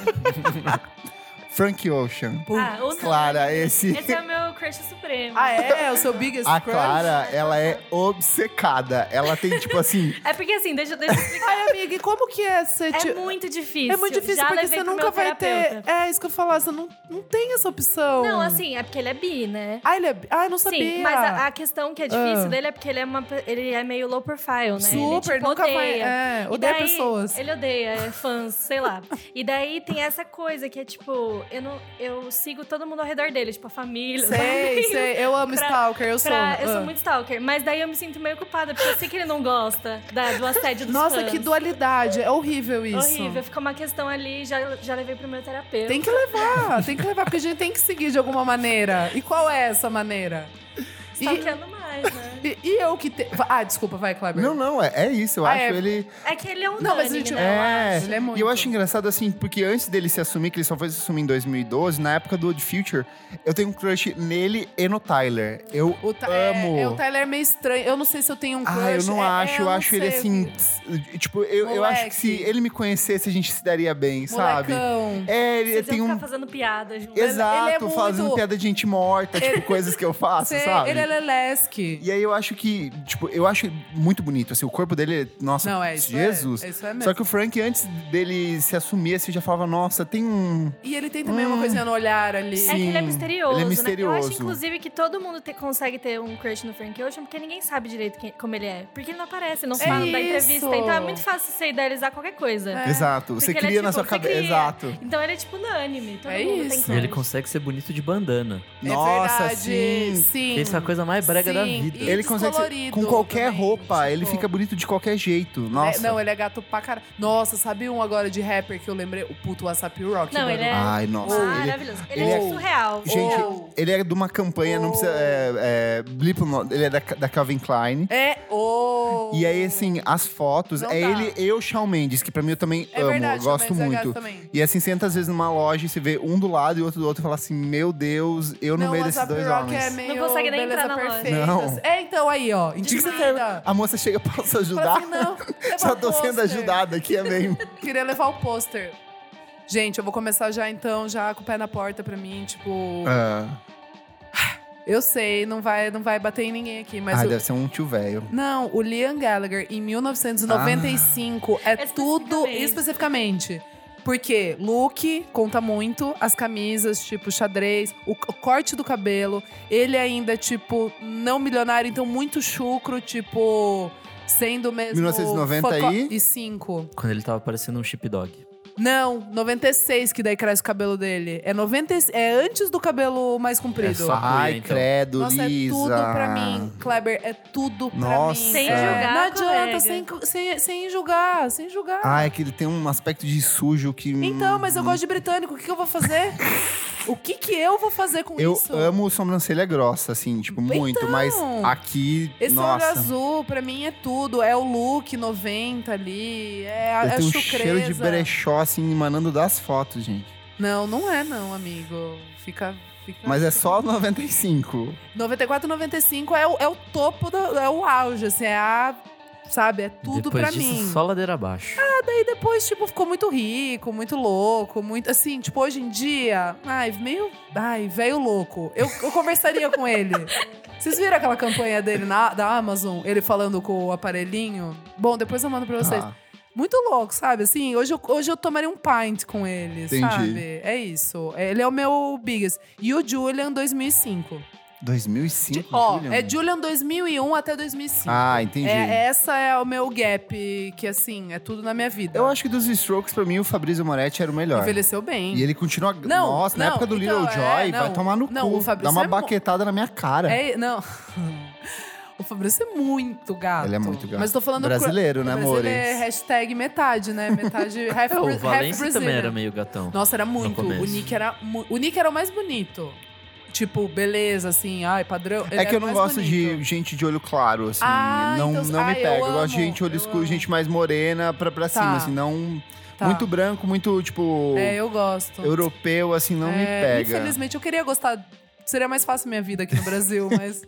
[SPEAKER 2] Frank Ocean.
[SPEAKER 4] Ah, o-
[SPEAKER 2] Clara, esse.
[SPEAKER 4] Esse é o meu crush supremo.
[SPEAKER 1] Ah, é? O seu biggest
[SPEAKER 2] A
[SPEAKER 1] crush?
[SPEAKER 2] Clara, ela é obcecada. Ela tem, tipo assim.
[SPEAKER 4] É porque assim, deixa, deixa eu explicar.
[SPEAKER 1] Ai, amiga, e como que é ser
[SPEAKER 4] É
[SPEAKER 1] tipo-
[SPEAKER 4] muito difícil.
[SPEAKER 1] É muito difícil,
[SPEAKER 4] Já
[SPEAKER 1] porque
[SPEAKER 4] levei
[SPEAKER 1] você
[SPEAKER 4] pro
[SPEAKER 1] nunca
[SPEAKER 4] meu
[SPEAKER 1] vai ter.
[SPEAKER 4] terapeuta.
[SPEAKER 1] É, isso que eu falar, você não, não tem essa opção.
[SPEAKER 4] Não, assim, é porque ele é bi, né?
[SPEAKER 1] Ah, ele é. bi- um- Ah, eu não sabia.
[SPEAKER 4] Sim, mas a, a questão que é difícil
[SPEAKER 1] Ah.
[SPEAKER 4] dele é porque ele é, uma, pe- ele é meio low profile, né?
[SPEAKER 1] Super,
[SPEAKER 4] ele, tipo,
[SPEAKER 1] nunca
[SPEAKER 4] odeia.
[SPEAKER 1] vai. É,
[SPEAKER 4] E
[SPEAKER 1] odeia
[SPEAKER 4] daí-
[SPEAKER 1] pessoas.
[SPEAKER 4] Ele odeia é, fãs, sei lá. E daí tem essa coisa que é tipo, eu não, eu sigo todo mundo ao redor dele, tipo a família. os
[SPEAKER 1] Sei,
[SPEAKER 4] amigos,
[SPEAKER 1] sei. Eu amo
[SPEAKER 4] pra-
[SPEAKER 1] Stalker, eu sou.
[SPEAKER 4] pra- eu
[SPEAKER 1] Ah.
[SPEAKER 4] sou muito stalker, mas daí eu me sinto meio culpada, porque eu sei que ele não gosta da, do assédio dos
[SPEAKER 1] Nossa,
[SPEAKER 4] fãs.
[SPEAKER 1] que dualidade. É horrível isso.
[SPEAKER 4] Horrível, fica uma questão ali, já, já levei pro meu terapeuta.
[SPEAKER 1] Tem que levar, tem que levar, porque a gente tem que seguir de alguma maneira. E qual é essa maneira? E,
[SPEAKER 4] Stalkeando mais, né?
[SPEAKER 1] e- e eu que te... Ah, desculpa, vai, Kleber.
[SPEAKER 2] Não, não, é, é isso. Eu
[SPEAKER 1] Ah,
[SPEAKER 2] acho
[SPEAKER 1] é.
[SPEAKER 2] ele.
[SPEAKER 4] É que ele é um
[SPEAKER 1] Não, mas a gente-
[SPEAKER 4] né?
[SPEAKER 2] É,
[SPEAKER 1] acho. Ele é
[SPEAKER 2] e eu
[SPEAKER 1] muito.
[SPEAKER 2] acho engraçado assim, porque antes dele se assumir, que ele só foi se assumir em 2012, na época do Odd Future, eu tenho um crush nele e no Tyler. Eu
[SPEAKER 1] O, Ta-
[SPEAKER 2] amo.
[SPEAKER 1] É, é, o Tyler é meio estranho. Eu não sei se eu tenho um crush.
[SPEAKER 2] Ah, eu não
[SPEAKER 1] é- é,
[SPEAKER 2] acho, eu
[SPEAKER 1] não
[SPEAKER 2] acho ele
[SPEAKER 1] sei.
[SPEAKER 2] assim. tss, Tipo, eu, eu acho que se
[SPEAKER 1] Moleque.
[SPEAKER 2] ele me conhecesse, a gente se daria bem, sabe?
[SPEAKER 1] Molecão.
[SPEAKER 2] É, ele
[SPEAKER 4] Vocês
[SPEAKER 2] tem
[SPEAKER 4] iam
[SPEAKER 2] um.
[SPEAKER 4] ficar fazendo piada junto.
[SPEAKER 2] Exato,
[SPEAKER 1] Ele é muito-
[SPEAKER 2] fazendo piada de gente morta, tipo, coisas que eu faço,
[SPEAKER 1] Cê-
[SPEAKER 2] sabe?
[SPEAKER 1] Ele é lelesque.
[SPEAKER 2] E aí eu acho que, tipo, eu acho muito bonito, assim, o corpo dele, nossa,
[SPEAKER 1] Não, é isso.
[SPEAKER 2] Jesus.
[SPEAKER 1] É, isso é
[SPEAKER 2] Só
[SPEAKER 1] mesmo.
[SPEAKER 2] que o Frank, antes dele se assumir, assim, eu já falava, nossa, tem um...
[SPEAKER 1] E ele tem também uma coisinha no olhar ali.
[SPEAKER 4] É que ele é
[SPEAKER 2] Sim,
[SPEAKER 4] misterioso,
[SPEAKER 2] ele é
[SPEAKER 4] né? Eu
[SPEAKER 2] misterioso.
[SPEAKER 4] acho, inclusive, que todo mundo te- consegue ter um crush no Frank Ocean, porque ninguém sabe direito quem- como ele é. Porque ele não aparece, não
[SPEAKER 1] Sim.
[SPEAKER 4] fala,
[SPEAKER 1] É
[SPEAKER 4] dá
[SPEAKER 1] isso.
[SPEAKER 4] entrevista. Então é muito fácil você idealizar qualquer coisa.
[SPEAKER 1] É.
[SPEAKER 2] Exato, você
[SPEAKER 4] Porque ele é
[SPEAKER 2] cria na
[SPEAKER 4] tipo,
[SPEAKER 2] sua
[SPEAKER 4] você
[SPEAKER 2] cabeça.
[SPEAKER 4] cria.
[SPEAKER 2] Exato.
[SPEAKER 4] Então ele é tipo unânime. Todo
[SPEAKER 1] É
[SPEAKER 4] mundo tem
[SPEAKER 1] isso.
[SPEAKER 4] crush.
[SPEAKER 3] E ele consegue ser bonito de bandana.
[SPEAKER 1] É
[SPEAKER 2] nossa,
[SPEAKER 1] verdade.
[SPEAKER 2] sim.
[SPEAKER 1] sim.
[SPEAKER 3] Que Essa é a coisa mais brega da
[SPEAKER 1] Sim,
[SPEAKER 3] vida.
[SPEAKER 1] e-
[SPEAKER 2] Ele consegue ser,
[SPEAKER 1] descolorido
[SPEAKER 2] com qualquer
[SPEAKER 1] também,
[SPEAKER 2] roupa, ele
[SPEAKER 1] tipo-
[SPEAKER 2] fica bonito de qualquer jeito. Nossa.
[SPEAKER 1] É, não, ele é gato pra caralho. Nossa, sabe um agora de rapper que eu lembrei? O puto WhatsApp Rock.
[SPEAKER 4] Não,
[SPEAKER 1] velho.
[SPEAKER 4] ele é
[SPEAKER 2] Ai, nossa. ele-
[SPEAKER 4] maravilhoso. Ele,
[SPEAKER 2] ele
[SPEAKER 4] é,
[SPEAKER 2] é-
[SPEAKER 4] surreal.
[SPEAKER 2] Gente,
[SPEAKER 1] Oh.
[SPEAKER 2] ele é de uma campanha, não precisa... É, é, blip o nome, ele é da, da Calvin Klein.
[SPEAKER 1] É o.
[SPEAKER 2] E aí, assim, as fotos,
[SPEAKER 1] Não
[SPEAKER 2] é
[SPEAKER 1] dá.
[SPEAKER 2] ele e o Shawn Mendes, que pra mim eu também
[SPEAKER 1] É
[SPEAKER 2] amo,
[SPEAKER 1] verdade,
[SPEAKER 2] eu gosto
[SPEAKER 1] mas é gato
[SPEAKER 2] muito.
[SPEAKER 1] também.
[SPEAKER 2] E assim, senta às vezes numa loja e se vê um do lado e outro do outro e fala assim: Meu Deus, eu no
[SPEAKER 1] Não,
[SPEAKER 2] meio
[SPEAKER 1] o
[SPEAKER 2] desses
[SPEAKER 1] WhatsApp
[SPEAKER 2] dois
[SPEAKER 1] Rock
[SPEAKER 2] homens.
[SPEAKER 1] é meio
[SPEAKER 4] Não consegue nem
[SPEAKER 1] beleza
[SPEAKER 4] entrar na Tipo, loja.
[SPEAKER 1] perfeita.
[SPEAKER 2] Não.
[SPEAKER 1] É, então, aí, ó. Intimida.
[SPEAKER 2] A moça chega pra se
[SPEAKER 1] Fala
[SPEAKER 2] ajudar.
[SPEAKER 1] assim, não, leva
[SPEAKER 2] Só
[SPEAKER 1] o
[SPEAKER 2] tô sendo
[SPEAKER 1] pôster.
[SPEAKER 2] ajudada aqui, é mesmo.
[SPEAKER 1] Queria levar o pôster. Gente, eu vou começar já, então, já com o pé na porta pra mim. Tipo,
[SPEAKER 2] Ah,
[SPEAKER 1] eu sei, não vai, não vai bater em ninguém aqui, mas...
[SPEAKER 2] ah,
[SPEAKER 1] o-
[SPEAKER 2] deve ser um tio velho.
[SPEAKER 1] Não, o Liam Gallagher, em 1995, é tudo especificamente. Porque look conta muito, as camisas, tipo, xadrez, o, c- o corte do cabelo. Ele ainda, é, tipo, não milionário, então muito chucro, tipo, sendo mesmo...
[SPEAKER 2] 1990 e-
[SPEAKER 1] e cinco.
[SPEAKER 3] Quando ele tava parecendo um chipdog.
[SPEAKER 1] Não, 96 que daí cresce o cabelo dele. É, 90, e- é antes do cabelo mais comprido.
[SPEAKER 3] É só-
[SPEAKER 2] Ai,
[SPEAKER 3] então.
[SPEAKER 2] credo,
[SPEAKER 1] Nossa,
[SPEAKER 2] Lisa.
[SPEAKER 1] é tudo pra mim, Kleber. É tudo pra
[SPEAKER 2] Nossa.
[SPEAKER 1] mim.
[SPEAKER 2] Sem
[SPEAKER 1] É.
[SPEAKER 4] julgar,
[SPEAKER 1] Não adianta,
[SPEAKER 4] colega.
[SPEAKER 1] sem, sem, sem julgar, sem julgar.
[SPEAKER 2] Ah, é que ele tem um aspecto de sujo que.
[SPEAKER 1] Então, mas eu gosto de britânico, o que, que eu vou fazer? o que, que eu vou fazer com
[SPEAKER 2] Eu
[SPEAKER 1] isso? Então,
[SPEAKER 2] amo sobrancelha grossa, assim, tipo, muito, mas aqui.
[SPEAKER 1] Esse
[SPEAKER 2] nossa.
[SPEAKER 1] olho azul, pra mim, é tudo. É o look 90 ali, é a,
[SPEAKER 2] Ele
[SPEAKER 1] é
[SPEAKER 2] tem um
[SPEAKER 1] chucreza.
[SPEAKER 2] cheiro de brechó, assim, emanando das fotos, gente.
[SPEAKER 1] Não, não é não, amigo. Fica... fica
[SPEAKER 2] Mas é
[SPEAKER 1] fica-
[SPEAKER 2] só 95.
[SPEAKER 1] 94, 95 é o, é o topo, do, é o auge, assim, é a... Sabe, é tudo
[SPEAKER 3] Depois
[SPEAKER 1] pra
[SPEAKER 3] disso,
[SPEAKER 1] mim.
[SPEAKER 3] só ladeira abaixo.
[SPEAKER 1] E depois, tipo, ficou muito rico, muito louco, muito. Assim, tipo, hoje em dia. Ai, meio. Ai, velho louco. Eu, eu conversaria com ele. Vocês viram aquela campanha dele na, da Amazon? Ele falando com o aparelhinho? Bom, depois eu mando pra vocês.
[SPEAKER 2] Ah,
[SPEAKER 1] Muito louco, sabe? Assim, hoje eu, hoje eu tomaria um pint com ele,
[SPEAKER 2] Entendi.
[SPEAKER 1] sabe? É isso. Ele é o meu biggest. E o Julian 2005.
[SPEAKER 2] 2005,
[SPEAKER 1] De- Ó,
[SPEAKER 2] Julian?
[SPEAKER 1] é Julian 2001 até 2005.
[SPEAKER 2] Ah, entendi.
[SPEAKER 1] É, essa é o meu gap, que assim, é tudo na minha vida.
[SPEAKER 2] Eu acho que dos Strokes, pra mim, o Fabrício Moretti era o melhor.
[SPEAKER 1] Envelheceu bem.
[SPEAKER 2] Tá. E ele continua...
[SPEAKER 1] Não,
[SPEAKER 2] Nossa, na
[SPEAKER 1] não,
[SPEAKER 2] época do
[SPEAKER 1] então, é,
[SPEAKER 2] Little Joy, vai
[SPEAKER 1] não.
[SPEAKER 2] tomar no
[SPEAKER 1] Não,
[SPEAKER 2] cu.
[SPEAKER 1] o Fabrício
[SPEAKER 2] Dá uma
[SPEAKER 1] é mo-
[SPEAKER 2] baquetada na minha cara.
[SPEAKER 1] É, não. O Fabrício é muito gato.
[SPEAKER 2] Ele é muito gato.
[SPEAKER 1] Mas tô falando...
[SPEAKER 2] Brasileiro, né,
[SPEAKER 1] amor? É
[SPEAKER 2] amores?
[SPEAKER 1] hashtag metade, né? Metade... half,
[SPEAKER 3] Pô, o
[SPEAKER 1] half
[SPEAKER 3] Valência também
[SPEAKER 1] Brazilian.
[SPEAKER 3] era meio gatão.
[SPEAKER 1] Nossa, era muito.
[SPEAKER 3] começo.
[SPEAKER 1] O Nick era, mu- o Nick era o mais bonito. Tipo, beleza, assim, ai, padrão. Ele
[SPEAKER 2] É
[SPEAKER 1] era
[SPEAKER 2] que eu
[SPEAKER 1] o
[SPEAKER 2] não
[SPEAKER 1] mais
[SPEAKER 2] gosto
[SPEAKER 1] bonito.
[SPEAKER 2] de gente de olho claro, assim.
[SPEAKER 1] Ah,
[SPEAKER 2] não
[SPEAKER 1] então-
[SPEAKER 2] não
[SPEAKER 1] ai,
[SPEAKER 2] me
[SPEAKER 1] eu
[SPEAKER 2] pega. Eu, gosto de
[SPEAKER 1] amo,
[SPEAKER 2] gente olho
[SPEAKER 1] eu
[SPEAKER 2] escuro,
[SPEAKER 1] amo.
[SPEAKER 2] gente mais morena pra, pra
[SPEAKER 1] Tá.
[SPEAKER 2] cima, assim. Não...
[SPEAKER 1] Tá.
[SPEAKER 2] Muito branco, muito, tipo,
[SPEAKER 1] É, eu gosto.
[SPEAKER 2] europeu, assim, não me
[SPEAKER 1] É,
[SPEAKER 2] pega.
[SPEAKER 1] Infelizmente, eu queria gostar. Seria mais fácil minha vida aqui no Brasil, mas.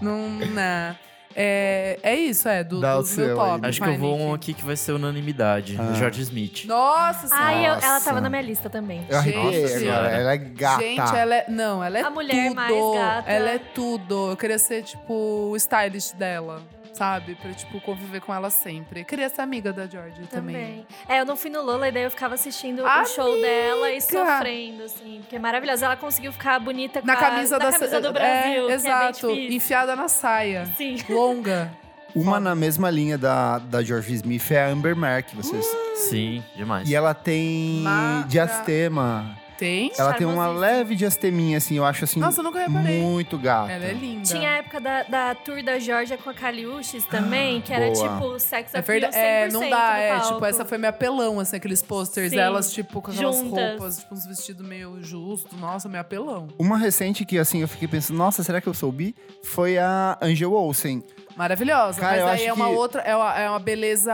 [SPEAKER 1] Não. né. É, é isso, é, do,
[SPEAKER 2] Dá
[SPEAKER 1] do
[SPEAKER 2] o seu
[SPEAKER 1] meu top.
[SPEAKER 2] aí.
[SPEAKER 3] Acho que eu
[SPEAKER 1] vai,
[SPEAKER 3] vou um
[SPEAKER 1] Nick.
[SPEAKER 3] aqui que vai ser unanimidade.
[SPEAKER 2] Ah.
[SPEAKER 3] do George Smith.
[SPEAKER 1] Nossa
[SPEAKER 4] Ah,
[SPEAKER 1] senhora.
[SPEAKER 4] eu- ela
[SPEAKER 2] Nossa.
[SPEAKER 4] tava na minha lista também.
[SPEAKER 2] Eu arrepiei
[SPEAKER 1] Gente.
[SPEAKER 2] agora. Ela é gata.
[SPEAKER 1] Gente, ela é. Não, ela é
[SPEAKER 4] A mulher
[SPEAKER 1] tudo.
[SPEAKER 4] mais gata.
[SPEAKER 1] Ela é tudo. Eu queria ser, tipo, o stylist dela, sabe? Pra, tipo, conviver com ela sempre. Eu queria ser amiga da George também.
[SPEAKER 4] Também. É, eu não fui no Lola e daí eu ficava assistindo o
[SPEAKER 1] Amiga!
[SPEAKER 4] show dela e sofrendo, assim. Porque é maravilhosa. Ela conseguiu ficar bonita com
[SPEAKER 1] Na
[SPEAKER 4] a-
[SPEAKER 1] camisa,
[SPEAKER 4] Ah, na
[SPEAKER 1] da,
[SPEAKER 4] camisa
[SPEAKER 1] é,
[SPEAKER 4] do Brasil. que
[SPEAKER 1] exato.
[SPEAKER 4] É bem difícil.
[SPEAKER 1] enfiada na saia.
[SPEAKER 4] Sim.
[SPEAKER 1] Longa.
[SPEAKER 2] Uma na mesma linha da, da George Smith é a Amber Mark, vocês.
[SPEAKER 1] Hum.
[SPEAKER 3] Sim, demais.
[SPEAKER 2] E ela tem
[SPEAKER 1] Mara-
[SPEAKER 2] diastema.
[SPEAKER 1] Tem?
[SPEAKER 2] Ela tem uma
[SPEAKER 4] Charmosíssima.
[SPEAKER 2] leve diasteminha, assim, eu acho assim.
[SPEAKER 1] Nossa, eu nunca reparei.
[SPEAKER 2] muito gata.
[SPEAKER 1] Ela é linda.
[SPEAKER 4] Tinha a época da, da tour da Georgia com a Caliuches também, que era
[SPEAKER 2] Boa.
[SPEAKER 4] tipo sex
[SPEAKER 1] É
[SPEAKER 4] appeal
[SPEAKER 1] verdade.
[SPEAKER 4] 100%
[SPEAKER 1] É, não dá.
[SPEAKER 4] no
[SPEAKER 1] É,
[SPEAKER 4] palco.
[SPEAKER 1] tipo, essa foi minha apelão, assim, aqueles posters
[SPEAKER 4] Sim.
[SPEAKER 1] delas, tipo, com aquelas
[SPEAKER 4] Juntas.
[SPEAKER 1] roupas, tipo, uns vestidos meio justos. Nossa, meu apelão.
[SPEAKER 2] Uma recente que, assim, eu fiquei pensando, nossa, será que eu soubi? Foi a Angel Olsen.
[SPEAKER 1] Maravilhosa.
[SPEAKER 2] Cara, eu
[SPEAKER 1] mas
[SPEAKER 2] acho
[SPEAKER 1] aí é uma
[SPEAKER 2] que-
[SPEAKER 1] outra. É uma, é uma beleza.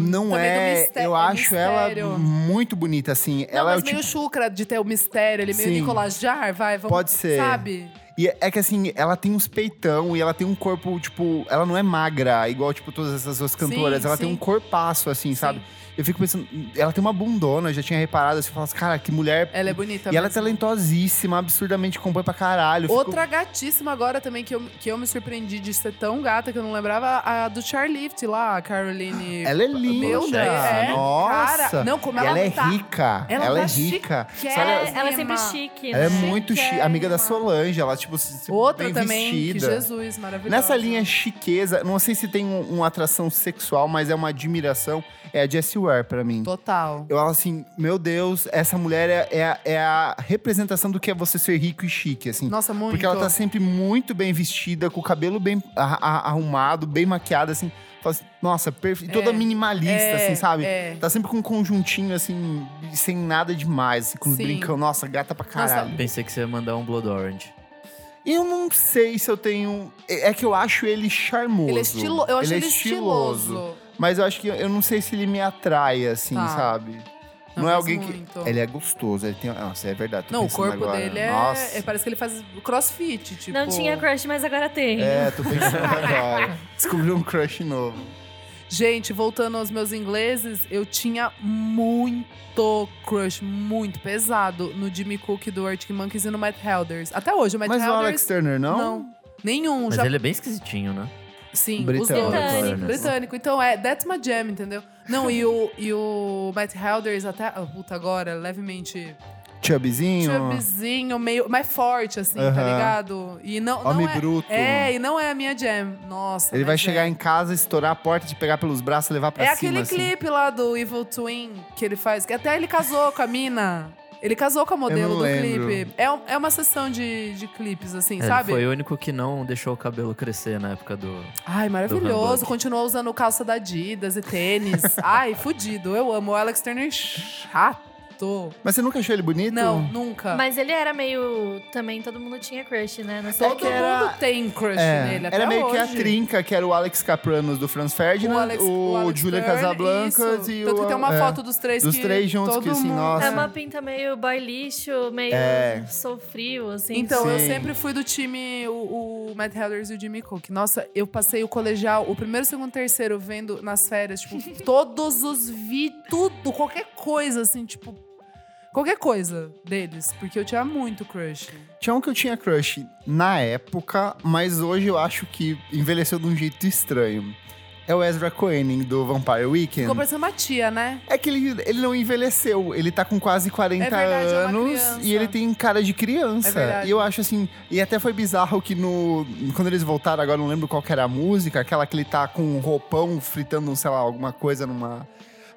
[SPEAKER 2] Não
[SPEAKER 1] também
[SPEAKER 2] é.
[SPEAKER 1] Do mistério,
[SPEAKER 2] eu acho
[SPEAKER 1] mistério.
[SPEAKER 2] ela muito bonita, assim.
[SPEAKER 1] Não,
[SPEAKER 2] ela é
[SPEAKER 1] mas
[SPEAKER 2] o tipo.
[SPEAKER 1] meio chucra de ter o mistério, ele meio
[SPEAKER 2] Sim.
[SPEAKER 1] Nicolas Jar, vai, vamos.
[SPEAKER 2] Pode ser.
[SPEAKER 1] Sabe?
[SPEAKER 2] E é que assim, ela tem uns peitão e ela tem um corpo, tipo, ela não é magra, igual, tipo, todas essas outras cantoras.
[SPEAKER 1] Sim,
[SPEAKER 2] ela
[SPEAKER 1] sim.
[SPEAKER 2] tem um corpaço, assim, sabe? Eu fico pensando, ela tem uma bundona, eu já tinha reparado, assim, eu falo assim, cara, que mulher.
[SPEAKER 1] Ela é bonita.
[SPEAKER 2] e ela é
[SPEAKER 1] mesmo.
[SPEAKER 2] talentosíssima, absurdamente compõe pra caralho. eu fico-
[SPEAKER 1] Outra gatíssima agora também, que eu, que eu me surpreendi de ser tão gata que eu não lembrava, a do Charlift lá, a Caroline.
[SPEAKER 2] Ela é linda.
[SPEAKER 1] Meu Deus, é,
[SPEAKER 2] Nossa.
[SPEAKER 1] cara. Não, como
[SPEAKER 2] E
[SPEAKER 1] ela
[SPEAKER 2] ela é
[SPEAKER 1] tá-
[SPEAKER 2] rica.
[SPEAKER 1] ela
[SPEAKER 2] Ela,
[SPEAKER 1] tá
[SPEAKER 2] é rica.
[SPEAKER 1] chiquérrima.
[SPEAKER 2] Sabe,
[SPEAKER 4] Ela, ela é sempre
[SPEAKER 1] Ela-
[SPEAKER 4] chique,
[SPEAKER 2] Ela é
[SPEAKER 4] né?
[SPEAKER 2] muito chique.
[SPEAKER 1] Chiquérrima.
[SPEAKER 2] Amiga da Solange, ela, tipo, se, se-
[SPEAKER 1] Outra
[SPEAKER 2] bem
[SPEAKER 1] também, que
[SPEAKER 2] vestida.
[SPEAKER 1] Jesus, maravilhosa.
[SPEAKER 2] Nessa linha chiqueza, não sei se tem um- uma atração sexual, mas é uma admiração. É a Jessie Ware pra mim.
[SPEAKER 1] Total.
[SPEAKER 2] Eu falo assim, meu Deus, essa mulher é, é a- é a representação do que é você ser rico e chique, assim.
[SPEAKER 1] Nossa, muito.
[SPEAKER 2] Porque ela tá sempre muito bem vestida, com o cabelo bem a- a- arrumado, bem maquiada, assim. Fala assim, nossa, perfeita. Toda minimalista,
[SPEAKER 1] É,
[SPEAKER 2] assim, sabe?
[SPEAKER 1] É.
[SPEAKER 2] Tá sempre com um conjuntinho, assim, sem nada demais, assim, com os
[SPEAKER 1] Sim.
[SPEAKER 2] brincão. Nossa, gata pra caralho.
[SPEAKER 3] Pensei que você ia mandar um Blood Orange.
[SPEAKER 2] Eu não sei se eu tenho. É é que eu acho ele charmoso.
[SPEAKER 1] Ele é estiloso. Eu acho ele, estiloso.
[SPEAKER 2] Mas eu acho que eu não sei se ele me atrai, assim,
[SPEAKER 1] Tá.
[SPEAKER 2] sabe? Não, é
[SPEAKER 1] mas
[SPEAKER 2] alguém
[SPEAKER 1] muito.
[SPEAKER 2] que. Ele é gostoso, ele tem. Nossa, é verdade. tô
[SPEAKER 1] Não, o
[SPEAKER 2] pensando
[SPEAKER 1] corpo
[SPEAKER 2] agora.
[SPEAKER 1] dele é,
[SPEAKER 2] Nossa.
[SPEAKER 1] é- Parece que ele faz crossfit, tipo.
[SPEAKER 4] Não tinha crush, mas agora tem.
[SPEAKER 2] É, tô pensando agora. Descobri um crush novo.
[SPEAKER 1] Gente, voltando aos meus ingleses, eu tinha muito crush, muito pesado no Jimmy Cook do Arctic Monkeys e no Matt Helders. Até hoje, o Matt
[SPEAKER 2] Mas o
[SPEAKER 1] Helders...
[SPEAKER 2] Alex Turner, não?
[SPEAKER 1] Nenhum.
[SPEAKER 3] Mas
[SPEAKER 1] já...
[SPEAKER 3] ele né? é bem esquisitinho, né?
[SPEAKER 1] Sim,
[SPEAKER 2] Britânico,
[SPEAKER 1] os dois.
[SPEAKER 4] Britânico.
[SPEAKER 1] Britânico. Então, é, that's my jam, entendeu? Não, e o, e o Matt Helders até... ah, puta, agora, levemente...
[SPEAKER 2] Chubzinho.
[SPEAKER 1] Chubzinho, meio... Mais forte, assim, tá
[SPEAKER 2] Aham.
[SPEAKER 1] ligado? E não,
[SPEAKER 2] Homem
[SPEAKER 1] não é...
[SPEAKER 2] bruto.
[SPEAKER 1] É, e não é a minha jam. Nossa,
[SPEAKER 2] Ele vai
[SPEAKER 1] mas é.
[SPEAKER 2] chegar em casa, estourar a porta, te pegar pelos braços e levar pra
[SPEAKER 1] É
[SPEAKER 2] cima.
[SPEAKER 1] aquele
[SPEAKER 2] assim.
[SPEAKER 1] clipe lá do Evil Twin que ele faz, que até ele casou com a mina. Ele casou com a
[SPEAKER 2] Eu
[SPEAKER 1] modelo
[SPEAKER 2] não
[SPEAKER 1] do
[SPEAKER 2] lembro.
[SPEAKER 1] clipe. É, um- é uma sessão de, de clipes, assim,
[SPEAKER 3] Ele
[SPEAKER 1] sabe?
[SPEAKER 3] foi o único que não deixou o cabelo crescer na época do.
[SPEAKER 1] Ai,
[SPEAKER 3] Do
[SPEAKER 1] maravilhoso.
[SPEAKER 3] Hamburg.
[SPEAKER 1] Continuou usando calça da Adidas e tênis. Ai, fudido. Eu amo. O Alex Turner é chato.
[SPEAKER 2] Mas você nunca achou ele bonito?
[SPEAKER 1] Não, nunca.
[SPEAKER 4] Mas ele era meio. Também todo mundo tinha crush, né? Nessa
[SPEAKER 1] Todo
[SPEAKER 2] é que
[SPEAKER 4] época.
[SPEAKER 1] mundo
[SPEAKER 2] era-
[SPEAKER 1] tem crush
[SPEAKER 2] É,
[SPEAKER 1] nele até
[SPEAKER 2] era meio que a
[SPEAKER 1] hoje.
[SPEAKER 2] trinca, que era o Alex Capranos do Franz Ferdinand, o,
[SPEAKER 1] Alex- Alex
[SPEAKER 2] Julia
[SPEAKER 1] Turner,
[SPEAKER 2] Casablancas
[SPEAKER 1] isso.
[SPEAKER 2] e
[SPEAKER 1] Tanto
[SPEAKER 2] o.
[SPEAKER 1] que tem uma
[SPEAKER 2] é,
[SPEAKER 1] foto dos três
[SPEAKER 2] dos
[SPEAKER 1] que
[SPEAKER 2] três juntos,
[SPEAKER 1] todo
[SPEAKER 2] que assim,
[SPEAKER 1] mundo-
[SPEAKER 2] nossa.
[SPEAKER 4] É uma pinta meio boy lixo, meio
[SPEAKER 2] É.
[SPEAKER 4] sofrio, assim.
[SPEAKER 1] Então, eu
[SPEAKER 2] Sim.
[SPEAKER 1] sempre fui do time, o, o Matt Helders e o Jimmy Cook. Nossa, eu passei o colegial, o primeiro, segundo, terceiro, vendo nas férias, tipo, todos os vi, tudo, qualquer coisa, assim, tipo. Qualquer coisa deles, porque eu tinha muito crush.
[SPEAKER 2] Tinha um que eu tinha crush na época, mas hoje eu acho que envelheceu de um jeito estranho. É o Ezra Koenig do Vampire Weekend.
[SPEAKER 1] Ficou parecendo uma tia, né?
[SPEAKER 2] É que ele, ele não envelheceu, ele tá com quase 40
[SPEAKER 1] É verdade, é uma
[SPEAKER 2] anos
[SPEAKER 1] criança.
[SPEAKER 2] e ele tem cara de criança.
[SPEAKER 1] É verdade.
[SPEAKER 2] e eu acho assim, e até foi bizarro que no quando eles voltaram, agora eu não lembro qual que era a música, aquela que ele tá com um roupão fritando, sei lá, alguma coisa numa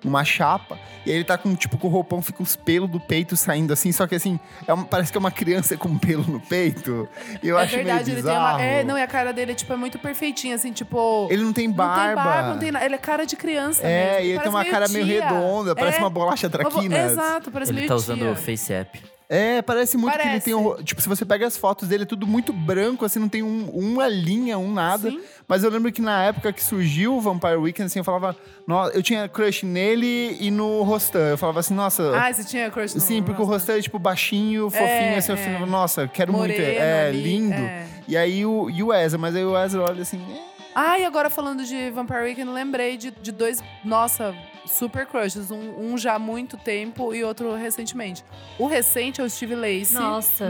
[SPEAKER 2] numa chapa, e aí ele tá com tipo com o roupão fica os pelos do peito saindo assim, só que assim, é uma- parece que é uma criança com pelo no peito. E eu
[SPEAKER 1] é
[SPEAKER 2] acho
[SPEAKER 1] verdade,
[SPEAKER 2] meio
[SPEAKER 1] ele tem
[SPEAKER 2] bizarro.
[SPEAKER 1] uma. É, não, e a cara dele, tipo, é muito perfeitinha, assim, tipo.
[SPEAKER 2] Ele não tem barba.
[SPEAKER 1] Não tem barba, não tem nada. Ele é cara de criança. mesmo.
[SPEAKER 2] É, e ele tem
[SPEAKER 1] parece
[SPEAKER 2] uma cara meio
[SPEAKER 1] tia.
[SPEAKER 2] redonda, parece
[SPEAKER 1] É.
[SPEAKER 2] uma bolacha traquina.
[SPEAKER 1] Exato, parece
[SPEAKER 3] Ele
[SPEAKER 1] meio
[SPEAKER 3] tá usando
[SPEAKER 1] tia.
[SPEAKER 3] o Face App.
[SPEAKER 2] É, parece muito que ele
[SPEAKER 1] Parece.
[SPEAKER 2] tem um. ro- Tipo, se você pega as fotos dele, é tudo muito branco, assim, não tem um- uma linha, um nada.
[SPEAKER 1] Sim.
[SPEAKER 2] Mas eu lembro que na época que surgiu o Vampire Weekend, assim, eu falava. Nossa, eu tinha crush nele e no Rostan. Eu falava assim, nossa.
[SPEAKER 1] Ah, você tinha crush no
[SPEAKER 2] sim, porque o Rostan é, tipo, baixinho, fofinho,
[SPEAKER 1] É,
[SPEAKER 2] assim, eu
[SPEAKER 1] é.
[SPEAKER 2] falava, nossa, quero muito.
[SPEAKER 1] Moreno
[SPEAKER 2] ele. É,
[SPEAKER 1] ali,
[SPEAKER 2] lindo.
[SPEAKER 1] é.
[SPEAKER 2] E aí o, e o Ezra, mas aí o Ezra olha assim.
[SPEAKER 1] Ai, agora falando de Vampire Weekend, lembrei de, de dois, nossa, super crushes. Um, um já há muito tempo e outro recentemente. O recente é o Steve Lacey.
[SPEAKER 4] Nossa.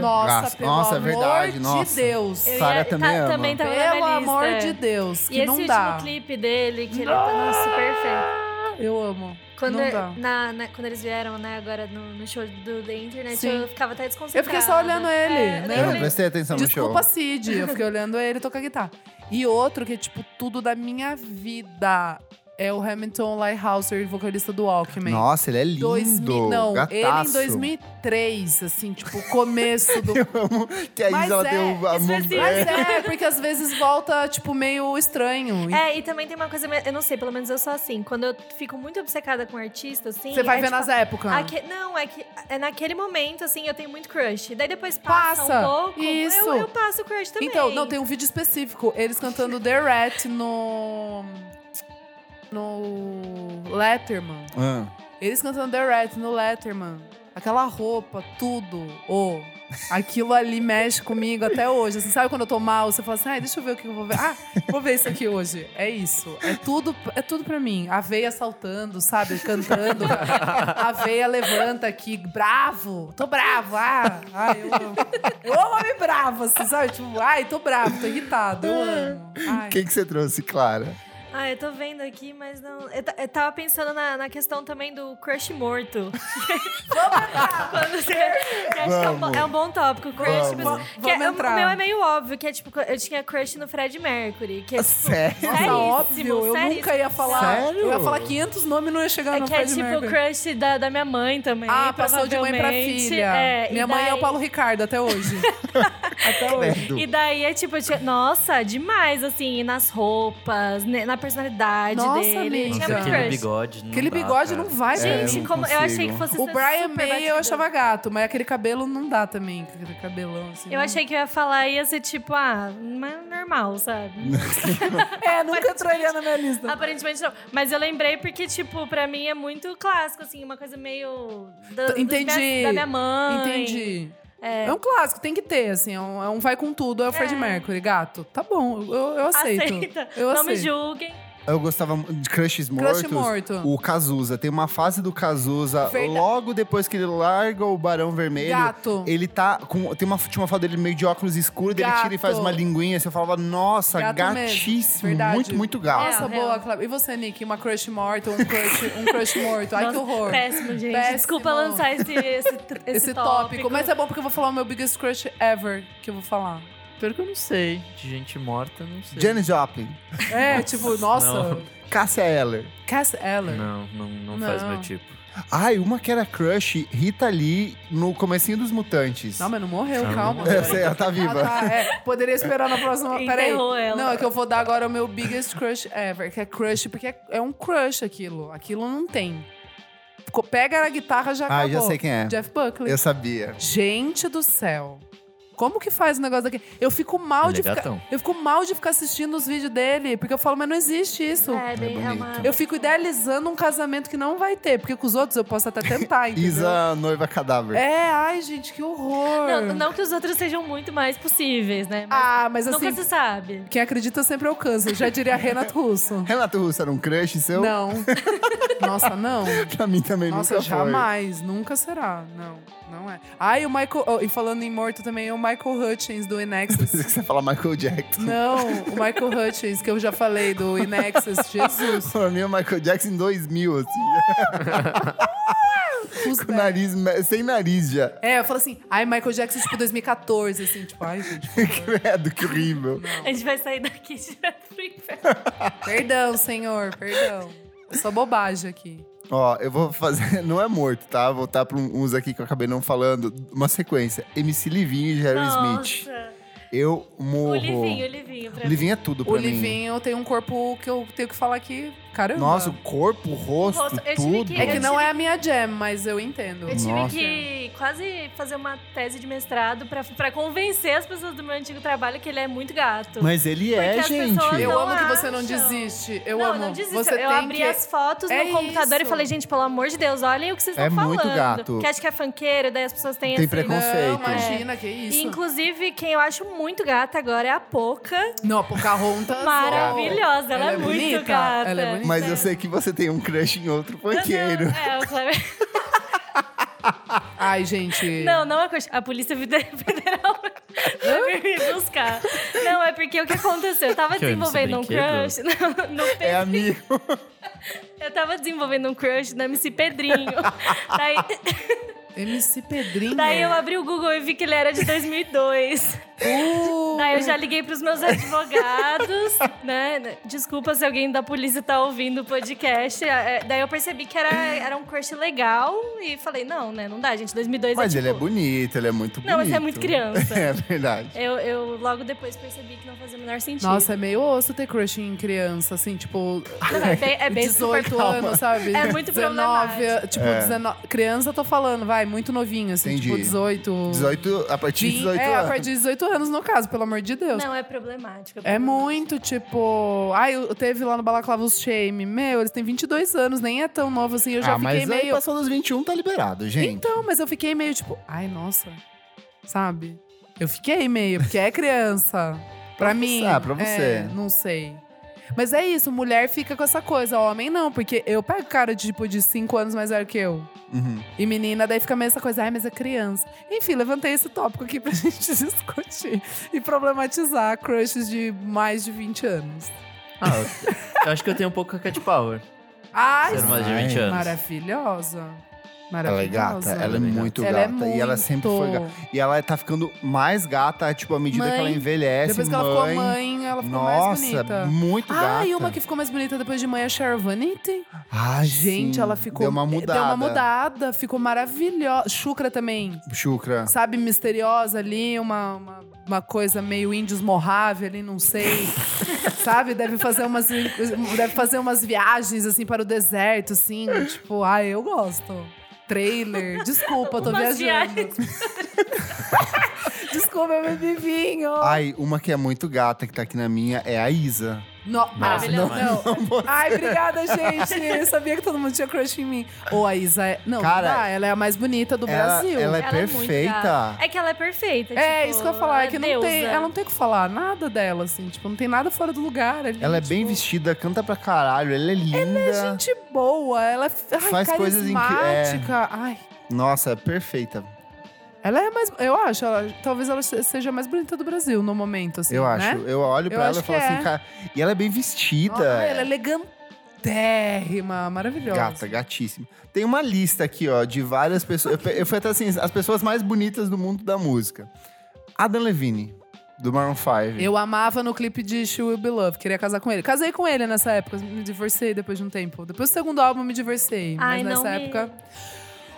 [SPEAKER 1] Nossa,
[SPEAKER 2] Nossa,
[SPEAKER 1] pelo
[SPEAKER 2] nossa, é
[SPEAKER 1] amor
[SPEAKER 2] verdade,
[SPEAKER 1] de
[SPEAKER 2] nossa.
[SPEAKER 1] Deus.
[SPEAKER 4] Eu
[SPEAKER 2] Sarah
[SPEAKER 4] ia-
[SPEAKER 2] também ama.
[SPEAKER 4] também tava na
[SPEAKER 1] Pelo
[SPEAKER 4] minha
[SPEAKER 1] amor
[SPEAKER 4] lista.
[SPEAKER 1] de Deus,
[SPEAKER 4] E
[SPEAKER 1] que
[SPEAKER 4] esse
[SPEAKER 1] não
[SPEAKER 4] último
[SPEAKER 1] dá. Ah!
[SPEAKER 4] clipe dele, que ele tá nossa, perfeito.
[SPEAKER 1] Eu amo.
[SPEAKER 4] Quando,
[SPEAKER 1] Não
[SPEAKER 4] eu-
[SPEAKER 1] dá.
[SPEAKER 4] na- na- quando eles vieram, né, agora no, no show do The Internet,
[SPEAKER 1] Sim.
[SPEAKER 4] eu ficava até
[SPEAKER 1] Eu
[SPEAKER 4] desconcentrada.
[SPEAKER 1] fiquei só olhando ele,
[SPEAKER 4] É, eu
[SPEAKER 1] né?
[SPEAKER 4] nem
[SPEAKER 2] Eu não
[SPEAKER 4] falei-
[SPEAKER 2] prestei atenção no show.
[SPEAKER 1] Desculpa, Cid. Eu fiquei olhando ele tocar guitarra. E outro que é, tipo, tudo da minha vida é o Hamilton Lighthouser, vocalista do Walkman.
[SPEAKER 2] Nossa, ele é lindo.
[SPEAKER 1] 2000, não, ele
[SPEAKER 2] gataço.
[SPEAKER 1] em 2003, assim, tipo, começo do.
[SPEAKER 2] Eu amo que a
[SPEAKER 1] Mas
[SPEAKER 2] Isa ela
[SPEAKER 1] é,
[SPEAKER 2] deu a mão.
[SPEAKER 4] específico.
[SPEAKER 1] Mas é, porque às vezes volta, tipo, meio estranho.
[SPEAKER 4] É, e também tem uma coisa, eu não sei, pelo menos eu sou assim. Quando eu fico muito obcecada com um artista, assim.
[SPEAKER 1] Você vai
[SPEAKER 4] é
[SPEAKER 1] ver
[SPEAKER 4] tipo,
[SPEAKER 1] nas épocas.
[SPEAKER 4] aque- Não, é que é naquele momento, assim, eu tenho muito crush. Daí depois passa,
[SPEAKER 1] Passa,
[SPEAKER 4] um pouco. eu-
[SPEAKER 1] isso.
[SPEAKER 4] Eu, passo o crush também.
[SPEAKER 1] Então, não, tem um vídeo específico. Eles cantando The Rat no. No Letterman.
[SPEAKER 2] Ah,
[SPEAKER 1] Eles cantando The Rat no Letterman. Aquela roupa, tudo. Ô, aquilo ali mexe comigo até hoje. Assim, sabe quando eu tô mal, você fala assim, ai, deixa eu ver o que eu vou ver. Ah, vou ver isso aqui hoje. É isso. É tudo, é tudo pra mim. A veia saltando, sabe? Cantando. A veia levanta aqui, bravo. Tô bravo. Ah, ai, eu amo. Eu amo homem bravo, assim, sabe? Tipo, ai, tô bravo, tô irritado. Eu amo. Ai.
[SPEAKER 2] Quem que você trouxe, Clara?
[SPEAKER 4] Ah, eu tô vendo aqui, mas não. Eu, ta- eu tava pensando na, na questão também do crush morto. Quando você. que acho que é, um, bo-
[SPEAKER 2] Vamos.
[SPEAKER 4] é um bom tópico. Crush,
[SPEAKER 2] Vamos.
[SPEAKER 4] mas-
[SPEAKER 1] Vamos
[SPEAKER 4] que é,
[SPEAKER 1] entrar.
[SPEAKER 4] O meu é meio óbvio, que é tipo, eu tinha crush no Fred Mercury. Que é, tipo,
[SPEAKER 2] Sério?
[SPEAKER 1] Nossa,
[SPEAKER 4] Seríssimo,
[SPEAKER 1] óbvio, eu
[SPEAKER 4] seríssimo.
[SPEAKER 1] nunca ia falar.
[SPEAKER 2] Sério?
[SPEAKER 1] Eu ia falar 500 nomes e não ia chegar
[SPEAKER 4] É
[SPEAKER 1] no
[SPEAKER 4] que é
[SPEAKER 1] Freddie
[SPEAKER 4] tipo
[SPEAKER 1] Mercury.
[SPEAKER 4] o crush da, da minha mãe também.
[SPEAKER 1] Ah, passou de mãe pra
[SPEAKER 4] provavelmente.
[SPEAKER 1] filha.
[SPEAKER 4] É, e
[SPEAKER 1] Minha mãe é o
[SPEAKER 4] daí-
[SPEAKER 1] Paulo Ricardo até hoje. até hoje.
[SPEAKER 2] Credo.
[SPEAKER 4] E daí é tipo, eu tinha- nossa, demais, assim, nas roupas, ne- na personalidade
[SPEAKER 1] Nossa,
[SPEAKER 4] dele. Eu
[SPEAKER 1] amiga.
[SPEAKER 4] Tinha
[SPEAKER 3] Nossa,
[SPEAKER 4] muito
[SPEAKER 3] aquele
[SPEAKER 1] crush.
[SPEAKER 3] bigode. Não
[SPEAKER 1] é Aquele
[SPEAKER 3] dá,
[SPEAKER 1] bigode
[SPEAKER 3] cara.
[SPEAKER 1] não vai,
[SPEAKER 2] É,
[SPEAKER 1] gente.
[SPEAKER 4] Gente,
[SPEAKER 2] não
[SPEAKER 4] como eu achei
[SPEAKER 2] consigo.
[SPEAKER 4] que fosse
[SPEAKER 1] O
[SPEAKER 4] ser
[SPEAKER 1] Brian
[SPEAKER 4] super
[SPEAKER 1] May eu
[SPEAKER 4] batidão.
[SPEAKER 1] achava gato, mas aquele cabelo não dá também. Aquele cabelão assim.
[SPEAKER 4] Eu
[SPEAKER 1] não-
[SPEAKER 4] achei que eu ia falar ia ser tipo, ah, mas normal, sabe?
[SPEAKER 1] É, nunca entraria na minha lista.
[SPEAKER 4] Aparentemente não. Mas eu lembrei porque, tipo, pra mim é muito clássico, assim, uma coisa meio. Da, dos
[SPEAKER 1] Entendi.
[SPEAKER 4] meus- da minha mãe.
[SPEAKER 1] Entendi. É. um clássico, tem que ter, assim. É um, é um vai com tudo. É o Fred
[SPEAKER 4] É.
[SPEAKER 1] Mercury, gato. Tá bom, eu, eu aceito.
[SPEAKER 4] Aceita.
[SPEAKER 1] Eu
[SPEAKER 4] não me
[SPEAKER 1] aceito.
[SPEAKER 4] julguem.
[SPEAKER 2] Eu gostava mu- de Crushes Mortos.
[SPEAKER 1] Crush morto.
[SPEAKER 2] O Cazuza. Tem uma fase do Cazuza.
[SPEAKER 1] Verdade.
[SPEAKER 2] Logo depois que ele larga o Barão Vermelho.
[SPEAKER 1] Gato.
[SPEAKER 2] Ele tá com. Tem uma, tinha uma foto dele meio de óculos escuros, dele
[SPEAKER 1] Gato.
[SPEAKER 2] tira e faz uma linguinha. Você falava, nossa,
[SPEAKER 1] Gato mesmo.
[SPEAKER 2] gatíssimo.
[SPEAKER 1] Verdade.
[SPEAKER 2] Muito, muito gato.
[SPEAKER 1] Nossa,
[SPEAKER 4] Real,
[SPEAKER 1] boa,
[SPEAKER 4] É, real.
[SPEAKER 1] Cláudia. E você, Nick? Uma crush morta, um crush, um crush morto. Ai, que
[SPEAKER 4] Nossa,
[SPEAKER 1] horror.
[SPEAKER 4] Péssimo, gente.
[SPEAKER 1] Péssimo.
[SPEAKER 4] Desculpa lançar esse, esse, esse,
[SPEAKER 1] esse tópico. Mas é bom porque eu vou falar o meu biggest crush ever que eu vou falar.
[SPEAKER 3] Pior que eu não sei. De gente morta, não sei.
[SPEAKER 2] Janis Joplin.
[SPEAKER 1] É, tipo, nossa,
[SPEAKER 3] Não.
[SPEAKER 2] Cássia Eller.
[SPEAKER 1] Cass Eller.
[SPEAKER 3] Não, não, não faz
[SPEAKER 1] Não.
[SPEAKER 3] meu tipo.
[SPEAKER 2] Ai, uma que era crush, Rita Lee, no comecinho dos Mutantes.
[SPEAKER 1] Não, mas não morreu,
[SPEAKER 3] Não,
[SPEAKER 1] calma.
[SPEAKER 3] não morreu.
[SPEAKER 2] Eu sei, ela tá
[SPEAKER 1] Ah,
[SPEAKER 2] viva.
[SPEAKER 1] tá, é. Poderia esperar na próxima. Peraí.
[SPEAKER 4] Enterrou ela.
[SPEAKER 1] Não, é que eu vou dar agora o meu biggest crush ever. Que é crush, porque é, é um crush aquilo. Aquilo não tem. Ficou- Pega a guitarra já
[SPEAKER 2] Ah,
[SPEAKER 1] acabou.
[SPEAKER 2] já sei quem é.
[SPEAKER 1] Jeff Buckley.
[SPEAKER 2] Eu sabia.
[SPEAKER 1] Gente do céu. Como que faz o negócio daqui? Eu fico mal
[SPEAKER 3] Ele
[SPEAKER 1] de
[SPEAKER 3] é
[SPEAKER 1] ficar.
[SPEAKER 3] gatão.
[SPEAKER 1] Eu fico mal de ficar assistindo os vídeos dele, porque eu falo, mas não existe isso.
[SPEAKER 4] É, bem, é uma.
[SPEAKER 1] assim, Eu fico idealizando um casamento que não vai ter, porque com os outros eu posso até tentar, entendeu?
[SPEAKER 2] Isa Noiva Cadáver.
[SPEAKER 1] É, ai, gente, que horror.
[SPEAKER 4] Não, não que os outros sejam muito mais possíveis, né? Mas
[SPEAKER 1] Ah, mas
[SPEAKER 4] nunca
[SPEAKER 1] assim,
[SPEAKER 4] se sabe.
[SPEAKER 1] quem acredita sempre alcança. Eu já diria Renato Russo.
[SPEAKER 2] Renato Russo era um crush seu?
[SPEAKER 1] Não. Nossa, não.
[SPEAKER 2] Pra mim também
[SPEAKER 1] Nossa,
[SPEAKER 2] nunca foi.
[SPEAKER 1] jamais. Nunca será. Não, não é. Ai, o Michael... oh, e falando em morto também, o Michael Hutchins, do Inexus.
[SPEAKER 2] Você fala Michael Jackson.
[SPEAKER 1] Não, o Michael Hutchins, que eu já falei, do Inexus. Jesus.
[SPEAKER 2] Pra mim é o Michael Jackson em 2000, assim.
[SPEAKER 1] Os
[SPEAKER 4] É.
[SPEAKER 2] Com nariz, me- sem nariz já.
[SPEAKER 1] É, eu falo assim, ai, Michael Jackson, tipo, 2014, assim, tipo, ai, gente.
[SPEAKER 2] Credo, É, que horrível.
[SPEAKER 4] A gente vai sair daqui direto pro inferno.
[SPEAKER 1] Perdão, senhor, perdão. Só bobagem aqui.
[SPEAKER 2] Ó, eu vou fazer... Não é morto, tá? Vou Voltar pra uns aqui que eu acabei não falando. Uma sequência. MC Livinho e Jerry Smith.
[SPEAKER 4] Nossa.
[SPEAKER 2] Eu morro.
[SPEAKER 4] O Livinho, o Livinho. Pra mim.
[SPEAKER 2] Livinho é tudo pra
[SPEAKER 1] O
[SPEAKER 2] mim.
[SPEAKER 1] Livinho tem um corpo que eu tenho que falar que Caramba.
[SPEAKER 2] Nossa, o corpo, o rosto,
[SPEAKER 4] Rosto, eu tive
[SPEAKER 2] tudo.
[SPEAKER 4] que-
[SPEAKER 1] é que
[SPEAKER 4] eu
[SPEAKER 1] não
[SPEAKER 4] tive-
[SPEAKER 1] é a minha jam, mas eu entendo.
[SPEAKER 4] Eu tive
[SPEAKER 2] Nossa.
[SPEAKER 4] que quase fazer uma tese de mestrado pra, pra convencer as pessoas do meu antigo trabalho que ele é muito gato.
[SPEAKER 2] Mas ele é,
[SPEAKER 4] Porque as
[SPEAKER 2] gente.
[SPEAKER 4] pessoas
[SPEAKER 1] Eu
[SPEAKER 4] não
[SPEAKER 1] amo que você não
[SPEAKER 4] acham.
[SPEAKER 1] desiste. Eu
[SPEAKER 4] não,
[SPEAKER 1] amo.
[SPEAKER 4] não desisto.
[SPEAKER 1] Você
[SPEAKER 4] eu
[SPEAKER 1] tem
[SPEAKER 4] abri
[SPEAKER 1] que...
[SPEAKER 4] as fotos
[SPEAKER 1] É
[SPEAKER 4] no computador
[SPEAKER 1] isso.
[SPEAKER 4] e falei, gente, pelo amor de Deus, olhem o que vocês
[SPEAKER 2] É
[SPEAKER 4] estão
[SPEAKER 2] muito
[SPEAKER 4] falando.
[SPEAKER 2] gato.
[SPEAKER 4] Que acho que é funkeiro, daí as pessoas têm
[SPEAKER 2] Tem
[SPEAKER 4] esse...
[SPEAKER 2] preconceito.
[SPEAKER 1] Não,
[SPEAKER 2] conceito.
[SPEAKER 1] imagina, que é isso.
[SPEAKER 4] E, inclusive, quem eu acho muito gata agora é a Poca.
[SPEAKER 1] Não, a Pocahontas...
[SPEAKER 4] Maravilhosa, ela,
[SPEAKER 1] Ela
[SPEAKER 4] é,
[SPEAKER 1] é
[SPEAKER 4] muito
[SPEAKER 1] bonita,
[SPEAKER 4] gata.
[SPEAKER 1] ela é bonita.
[SPEAKER 2] Mas eu sei que você tem um crush em outro
[SPEAKER 4] Não,
[SPEAKER 2] panqueiro.
[SPEAKER 4] não, é, o Cleber.
[SPEAKER 1] ó. Ai, gente.
[SPEAKER 4] Não, não é coisa. A Polícia Federal vai me buscar. Não, é porque o que aconteceu? Eu tava
[SPEAKER 3] Que é esse
[SPEAKER 4] desenvolvendo um crush.
[SPEAKER 3] brinquedo?
[SPEAKER 4] Não, não tem
[SPEAKER 2] É amigo.
[SPEAKER 4] Eu tava desenvolvendo um crush na MC Pedrinho. daí,
[SPEAKER 1] MC Pedrinho.
[SPEAKER 4] daí eu abri o Google e vi que ele era de 2002.
[SPEAKER 1] Uh,
[SPEAKER 4] Daí eu já liguei pros meus advogados, né? Desculpa se alguém da polícia tá ouvindo o podcast. É, Daí eu percebi que era, era um crush legal e falei, não, né? Não dá, gente. 2002
[SPEAKER 2] Mas
[SPEAKER 4] é
[SPEAKER 2] ele é
[SPEAKER 4] tipo...
[SPEAKER 2] bonito, ele é muito bonito.
[SPEAKER 4] Não, mas é muito criança.
[SPEAKER 2] É verdade.
[SPEAKER 4] Eu, eu logo depois percebi que não fazia o menor sentido.
[SPEAKER 1] Nossa, é meio osso ter crush em criança, assim, tipo,
[SPEAKER 4] é bem, é bem
[SPEAKER 1] 18
[SPEAKER 4] superficial.
[SPEAKER 1] anos, sabe?
[SPEAKER 4] É muito problemático.
[SPEAKER 1] Tipo,
[SPEAKER 2] É.
[SPEAKER 1] 19, criança, eu tô falando, vai, muito novinho, assim,
[SPEAKER 2] Entendi.
[SPEAKER 1] tipo, 18.
[SPEAKER 2] 18, a partir de
[SPEAKER 1] 20,
[SPEAKER 2] 18
[SPEAKER 1] é,
[SPEAKER 2] anos.
[SPEAKER 1] a partir de 18 anos, no caso, pelo amor de Deus.
[SPEAKER 4] Não, é problemático.
[SPEAKER 1] É muito, tipo... Ai, eu eu teve lá no Balaclava os Shame. Meu, eles têm 22 anos, nem é tão novo assim. Eu já
[SPEAKER 2] ah,
[SPEAKER 1] fiquei
[SPEAKER 2] mas aí
[SPEAKER 1] meio...
[SPEAKER 2] passou dos 21, tá liberado, gente.
[SPEAKER 1] Então, mas eu fiquei meio, tipo... Ai, nossa. Sabe? Eu fiquei meio, porque é criança. Pra mim.
[SPEAKER 2] você, ah, pra
[SPEAKER 1] é,
[SPEAKER 2] você.
[SPEAKER 1] não sei. Mas é isso, mulher fica com essa coisa, homem não, porque eu pego cara de tipo de 5 anos mais velho que eu.
[SPEAKER 2] Uhum.
[SPEAKER 1] E menina, daí fica meio essa coisa, ai, mas é criança. Enfim, levantei esse tópico aqui pra gente discutir e problematizar crushes de mais de 20 anos.
[SPEAKER 3] Ah, eu- eu acho que eu tenho um pouco a Cat Power.
[SPEAKER 1] Ai,
[SPEAKER 3] Ser mais de
[SPEAKER 2] Ai.
[SPEAKER 3] 20 anos.
[SPEAKER 1] maravilhosa.
[SPEAKER 2] Ela é
[SPEAKER 1] Maravilhosa.
[SPEAKER 2] gata, ela é
[SPEAKER 3] Maravilhosa.
[SPEAKER 2] muito
[SPEAKER 1] Ela
[SPEAKER 2] gata.
[SPEAKER 1] é muito.
[SPEAKER 2] E ela sempre foi gata. E ela tá ficando mais gata, tipo, à medida que ela
[SPEAKER 1] Mãe.
[SPEAKER 2] envelhece.
[SPEAKER 1] Depois que ela ficou mãe, ela ficou mais
[SPEAKER 2] Nossa,
[SPEAKER 1] bonita.
[SPEAKER 2] muito gata.
[SPEAKER 1] Ah, e uma que ficou mais bonita depois de mãe é a Cheryl Vanity.
[SPEAKER 2] Ai,
[SPEAKER 1] Gente,
[SPEAKER 2] sim,
[SPEAKER 1] ela ficou. é,
[SPEAKER 2] Deu uma mudada.
[SPEAKER 1] Deu uma mudada, ficou maravilhosa. Chucra também.
[SPEAKER 2] Chucra.
[SPEAKER 1] Sabe, misteriosa ali, uma, uma, uma coisa meio índios Mojave ali, não sei. Sabe? Deve fazer umas deve fazer umas viagens assim para o deserto assim, tipo, ah, eu gosto. Trailer. Desculpa, eu tô
[SPEAKER 4] Umas
[SPEAKER 1] viajando. Desculpa, eu bebi vinho.
[SPEAKER 2] Ai, uma que é muito gata que tá aqui na minha é a Isa.
[SPEAKER 1] No-
[SPEAKER 3] Nossa,
[SPEAKER 1] não,
[SPEAKER 3] não.
[SPEAKER 1] não. Ai, obrigada, gente. Eu sabia que todo mundo tinha crush em mim. Ou a Isa é... Não,
[SPEAKER 2] Cara,
[SPEAKER 1] não dá, ela é a mais bonita do
[SPEAKER 2] ela,
[SPEAKER 1] Brasil.
[SPEAKER 2] ela é
[SPEAKER 4] Ela muito
[SPEAKER 2] perfeita.
[SPEAKER 4] gata. É que ela é perfeita.
[SPEAKER 1] É,
[SPEAKER 4] tipo,
[SPEAKER 1] isso que eu ia falar, é
[SPEAKER 4] ela
[SPEAKER 1] que não tem,
[SPEAKER 4] deusa.
[SPEAKER 1] ela não tem o que falar nada dela, assim, tipo, não tem nada fora do lugar ali.
[SPEAKER 2] Ela é bem
[SPEAKER 1] tipo,
[SPEAKER 2] vestida, canta pra caralho, ela é linda.
[SPEAKER 1] Gente boa, ela é ai,
[SPEAKER 2] Faz
[SPEAKER 1] carismática.
[SPEAKER 2] coisas em que- é.
[SPEAKER 1] Ai,
[SPEAKER 2] Nossa, é perfeita.
[SPEAKER 1] ela é mais, eu acho, ela, talvez ela se- seja a mais bonita do Brasil no momento, assim,
[SPEAKER 2] Eu
[SPEAKER 1] né?
[SPEAKER 2] acho. Eu olho pra
[SPEAKER 1] Eu
[SPEAKER 2] ela
[SPEAKER 1] acho
[SPEAKER 2] e falo
[SPEAKER 1] que
[SPEAKER 2] assim,
[SPEAKER 1] é.
[SPEAKER 2] cara. E ela é bem vestida. É,
[SPEAKER 1] Nossa, Ela é elegantérrima, maravilhosa.
[SPEAKER 2] Gata, gatíssima. Tem uma lista aqui, ó, de várias pessoas. Eu, pe- eu fui até assim, as pessoas mais bonitas do mundo da música. Adam Levine, do Maroon 5.
[SPEAKER 1] Eu amava no clipe de She Will Be Love, queria casar com ele. Casei com ele nessa época, me divorciei depois de um tempo. Depois do segundo álbum, me divorciei.
[SPEAKER 4] Ai,
[SPEAKER 1] mas
[SPEAKER 4] não
[SPEAKER 1] nessa
[SPEAKER 4] me-
[SPEAKER 1] época.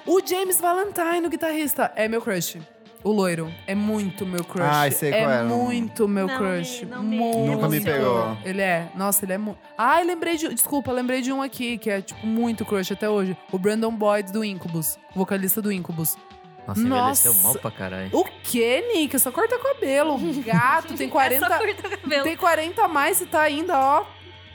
[SPEAKER 1] O James Valentine, o guitarrista, é meu crush. O loiro. É muito meu crush.
[SPEAKER 2] Ai, sei
[SPEAKER 1] é
[SPEAKER 2] qual é, não-
[SPEAKER 1] muito meu
[SPEAKER 4] Não
[SPEAKER 1] crush.
[SPEAKER 4] me- não me-
[SPEAKER 1] muito.
[SPEAKER 2] Nunca me pegou.
[SPEAKER 1] Ele é. Nossa, ele é muito. Ai, lembrei de. Desculpa, lembrei de um aqui que é, tipo, muito crush até hoje. O Brandon Boyd do Incubus, vocalista do Incubus.
[SPEAKER 3] Nossa, envelheceu
[SPEAKER 1] Nossa.
[SPEAKER 3] mal pra caralho.
[SPEAKER 1] O quê, Nick? Só corta cabelo. Um Gato, tem 40.
[SPEAKER 4] É só cortar o cabelo.
[SPEAKER 1] Tem 40 a mais e tá ainda, ó,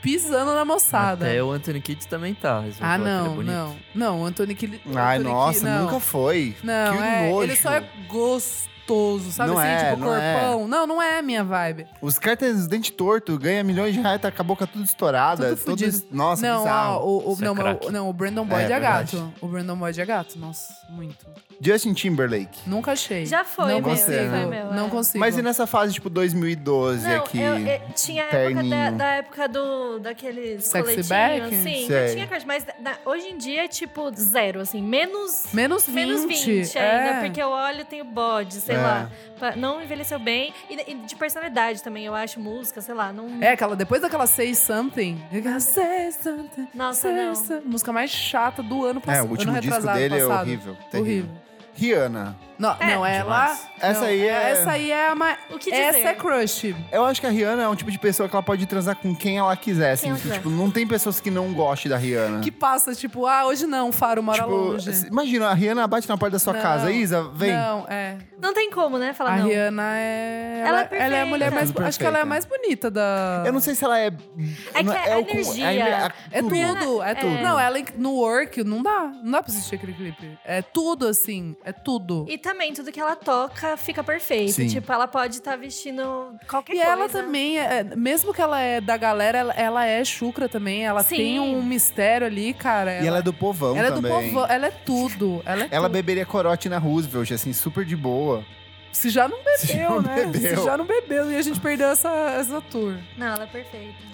[SPEAKER 1] pisando na moçada.
[SPEAKER 3] Até o Anthony Kidd também tá. eles vão
[SPEAKER 1] Ah,
[SPEAKER 3] falar que ele é
[SPEAKER 1] não,
[SPEAKER 3] bonito.
[SPEAKER 1] não. Não, o Anthony que
[SPEAKER 2] Ai,
[SPEAKER 1] Anthony
[SPEAKER 2] nossa,
[SPEAKER 1] Kidd- não.
[SPEAKER 2] nunca foi.
[SPEAKER 1] Não,
[SPEAKER 2] que
[SPEAKER 1] é,
[SPEAKER 2] nojo.
[SPEAKER 1] ele só é gostoso, sabe
[SPEAKER 2] Não
[SPEAKER 1] assim,
[SPEAKER 2] é,
[SPEAKER 1] tipo
[SPEAKER 2] não é.
[SPEAKER 1] corpão. Não, não é a minha vibe.
[SPEAKER 2] Os caras têm os dentes tortos, ganha milhões de reais, tá com a boca tudo estourada.
[SPEAKER 1] Tudo
[SPEAKER 2] todo-
[SPEAKER 1] fudido.
[SPEAKER 2] Nossa,
[SPEAKER 1] não,
[SPEAKER 2] bizarro.
[SPEAKER 1] ó, o, o-
[SPEAKER 3] Isso é
[SPEAKER 1] não, mas o-
[SPEAKER 3] craque.
[SPEAKER 1] não, o Brandon Boyd é,
[SPEAKER 2] verdade.
[SPEAKER 1] gato. O Brandon Boyd é gato, nossa, muito.
[SPEAKER 2] Justin Timberlake.
[SPEAKER 1] Nunca achei.
[SPEAKER 4] Já foi
[SPEAKER 1] não
[SPEAKER 4] meu,
[SPEAKER 1] consigo.
[SPEAKER 2] já foi
[SPEAKER 4] meu, é.
[SPEAKER 1] Não consigo.
[SPEAKER 2] Mas e nessa fase, tipo, 2012
[SPEAKER 4] Não,
[SPEAKER 2] aqui?
[SPEAKER 4] eu, eu- tinha a época da,
[SPEAKER 2] é terninho.
[SPEAKER 4] da época do, daqueles
[SPEAKER 1] Sexy
[SPEAKER 4] coletinhos,
[SPEAKER 1] back?
[SPEAKER 4] assim.
[SPEAKER 2] Sei.
[SPEAKER 4] Eu tinha crush, mas da- hoje em dia é tipo zero, assim, menos...
[SPEAKER 1] Menos 20.
[SPEAKER 4] Menos 20
[SPEAKER 1] é.
[SPEAKER 4] ainda, porque eu olho e tenho bode, sei
[SPEAKER 2] É.
[SPEAKER 4] lá. Pa- Não envelheceu bem. E e de personalidade também, eu acho, música, sei lá. Não...
[SPEAKER 1] É, aquela, depois daquela Say Something. aquela Say Something.
[SPEAKER 4] Nossa,
[SPEAKER 1] Say
[SPEAKER 4] não.
[SPEAKER 1] Something, Música mais chata do ano
[SPEAKER 2] É,
[SPEAKER 1] passado.
[SPEAKER 2] o último
[SPEAKER 1] ano
[SPEAKER 2] disco
[SPEAKER 1] retrasado,
[SPEAKER 2] dele é
[SPEAKER 1] passado.
[SPEAKER 2] horrível. terrível.
[SPEAKER 1] Horrível.
[SPEAKER 2] Rihanna.
[SPEAKER 1] Não, não, ela.
[SPEAKER 3] demais.
[SPEAKER 2] Essa
[SPEAKER 1] não,
[SPEAKER 2] aí é-
[SPEAKER 1] Essa aí é a mais.
[SPEAKER 4] O É. que dizer?
[SPEAKER 1] Essa é crush.
[SPEAKER 2] Eu acho que a Rihanna é um tipo de pessoa que ela pode transar com quem ela quiser. Assim,
[SPEAKER 4] Quem ela quiser.
[SPEAKER 2] tipo, não tem pessoas que não gostem da Rihanna.
[SPEAKER 1] Que passa, tipo, ah, hoje não, Faro mora
[SPEAKER 2] tipo,
[SPEAKER 1] longe.
[SPEAKER 2] assim, imagina, a Rihanna bate na porta da sua
[SPEAKER 1] Não,
[SPEAKER 2] casa. Isa, vem.
[SPEAKER 1] Não, é.
[SPEAKER 4] Não tem como, né? Falar
[SPEAKER 1] a
[SPEAKER 4] não.
[SPEAKER 1] Rihanna é.
[SPEAKER 4] Ela é
[SPEAKER 1] a mulher
[SPEAKER 4] perfeita.
[SPEAKER 1] mais.
[SPEAKER 2] Ela é
[SPEAKER 1] Acho que ela é a
[SPEAKER 2] perfeita.
[SPEAKER 1] mais bonita da.
[SPEAKER 2] Eu não sei se ela é.
[SPEAKER 4] É que
[SPEAKER 2] não-
[SPEAKER 4] é a
[SPEAKER 2] o con-
[SPEAKER 4] energia.
[SPEAKER 2] a-
[SPEAKER 1] É tudo, é tudo.
[SPEAKER 4] é.
[SPEAKER 1] Não, ela em- no work não dá. Não dá pra assistir aquele clipe. É tudo assim, é tudo. E,
[SPEAKER 4] E também, tudo que ela toca fica perfeito.
[SPEAKER 2] Sim.
[SPEAKER 4] Tipo, ela pode estar vestindo qualquer coisa.
[SPEAKER 1] ela também, é- é- mesmo que ela é da galera, ela, ela é chucra também. Ela
[SPEAKER 4] Sim.
[SPEAKER 1] tem um mistério ali, cara.
[SPEAKER 2] E ela é do povão
[SPEAKER 1] ela é do
[SPEAKER 2] também.
[SPEAKER 1] povão, ela é tudo. Ela é
[SPEAKER 2] Ela
[SPEAKER 1] tudo.
[SPEAKER 2] beberia corote na Roosevelt, assim, super de boa.
[SPEAKER 1] Se já não bebeu,
[SPEAKER 2] Se não
[SPEAKER 1] né?
[SPEAKER 2] bebeu.
[SPEAKER 1] Se já não bebeu e a gente perdeu essa, essa tour.
[SPEAKER 4] Não, ela é perfeita.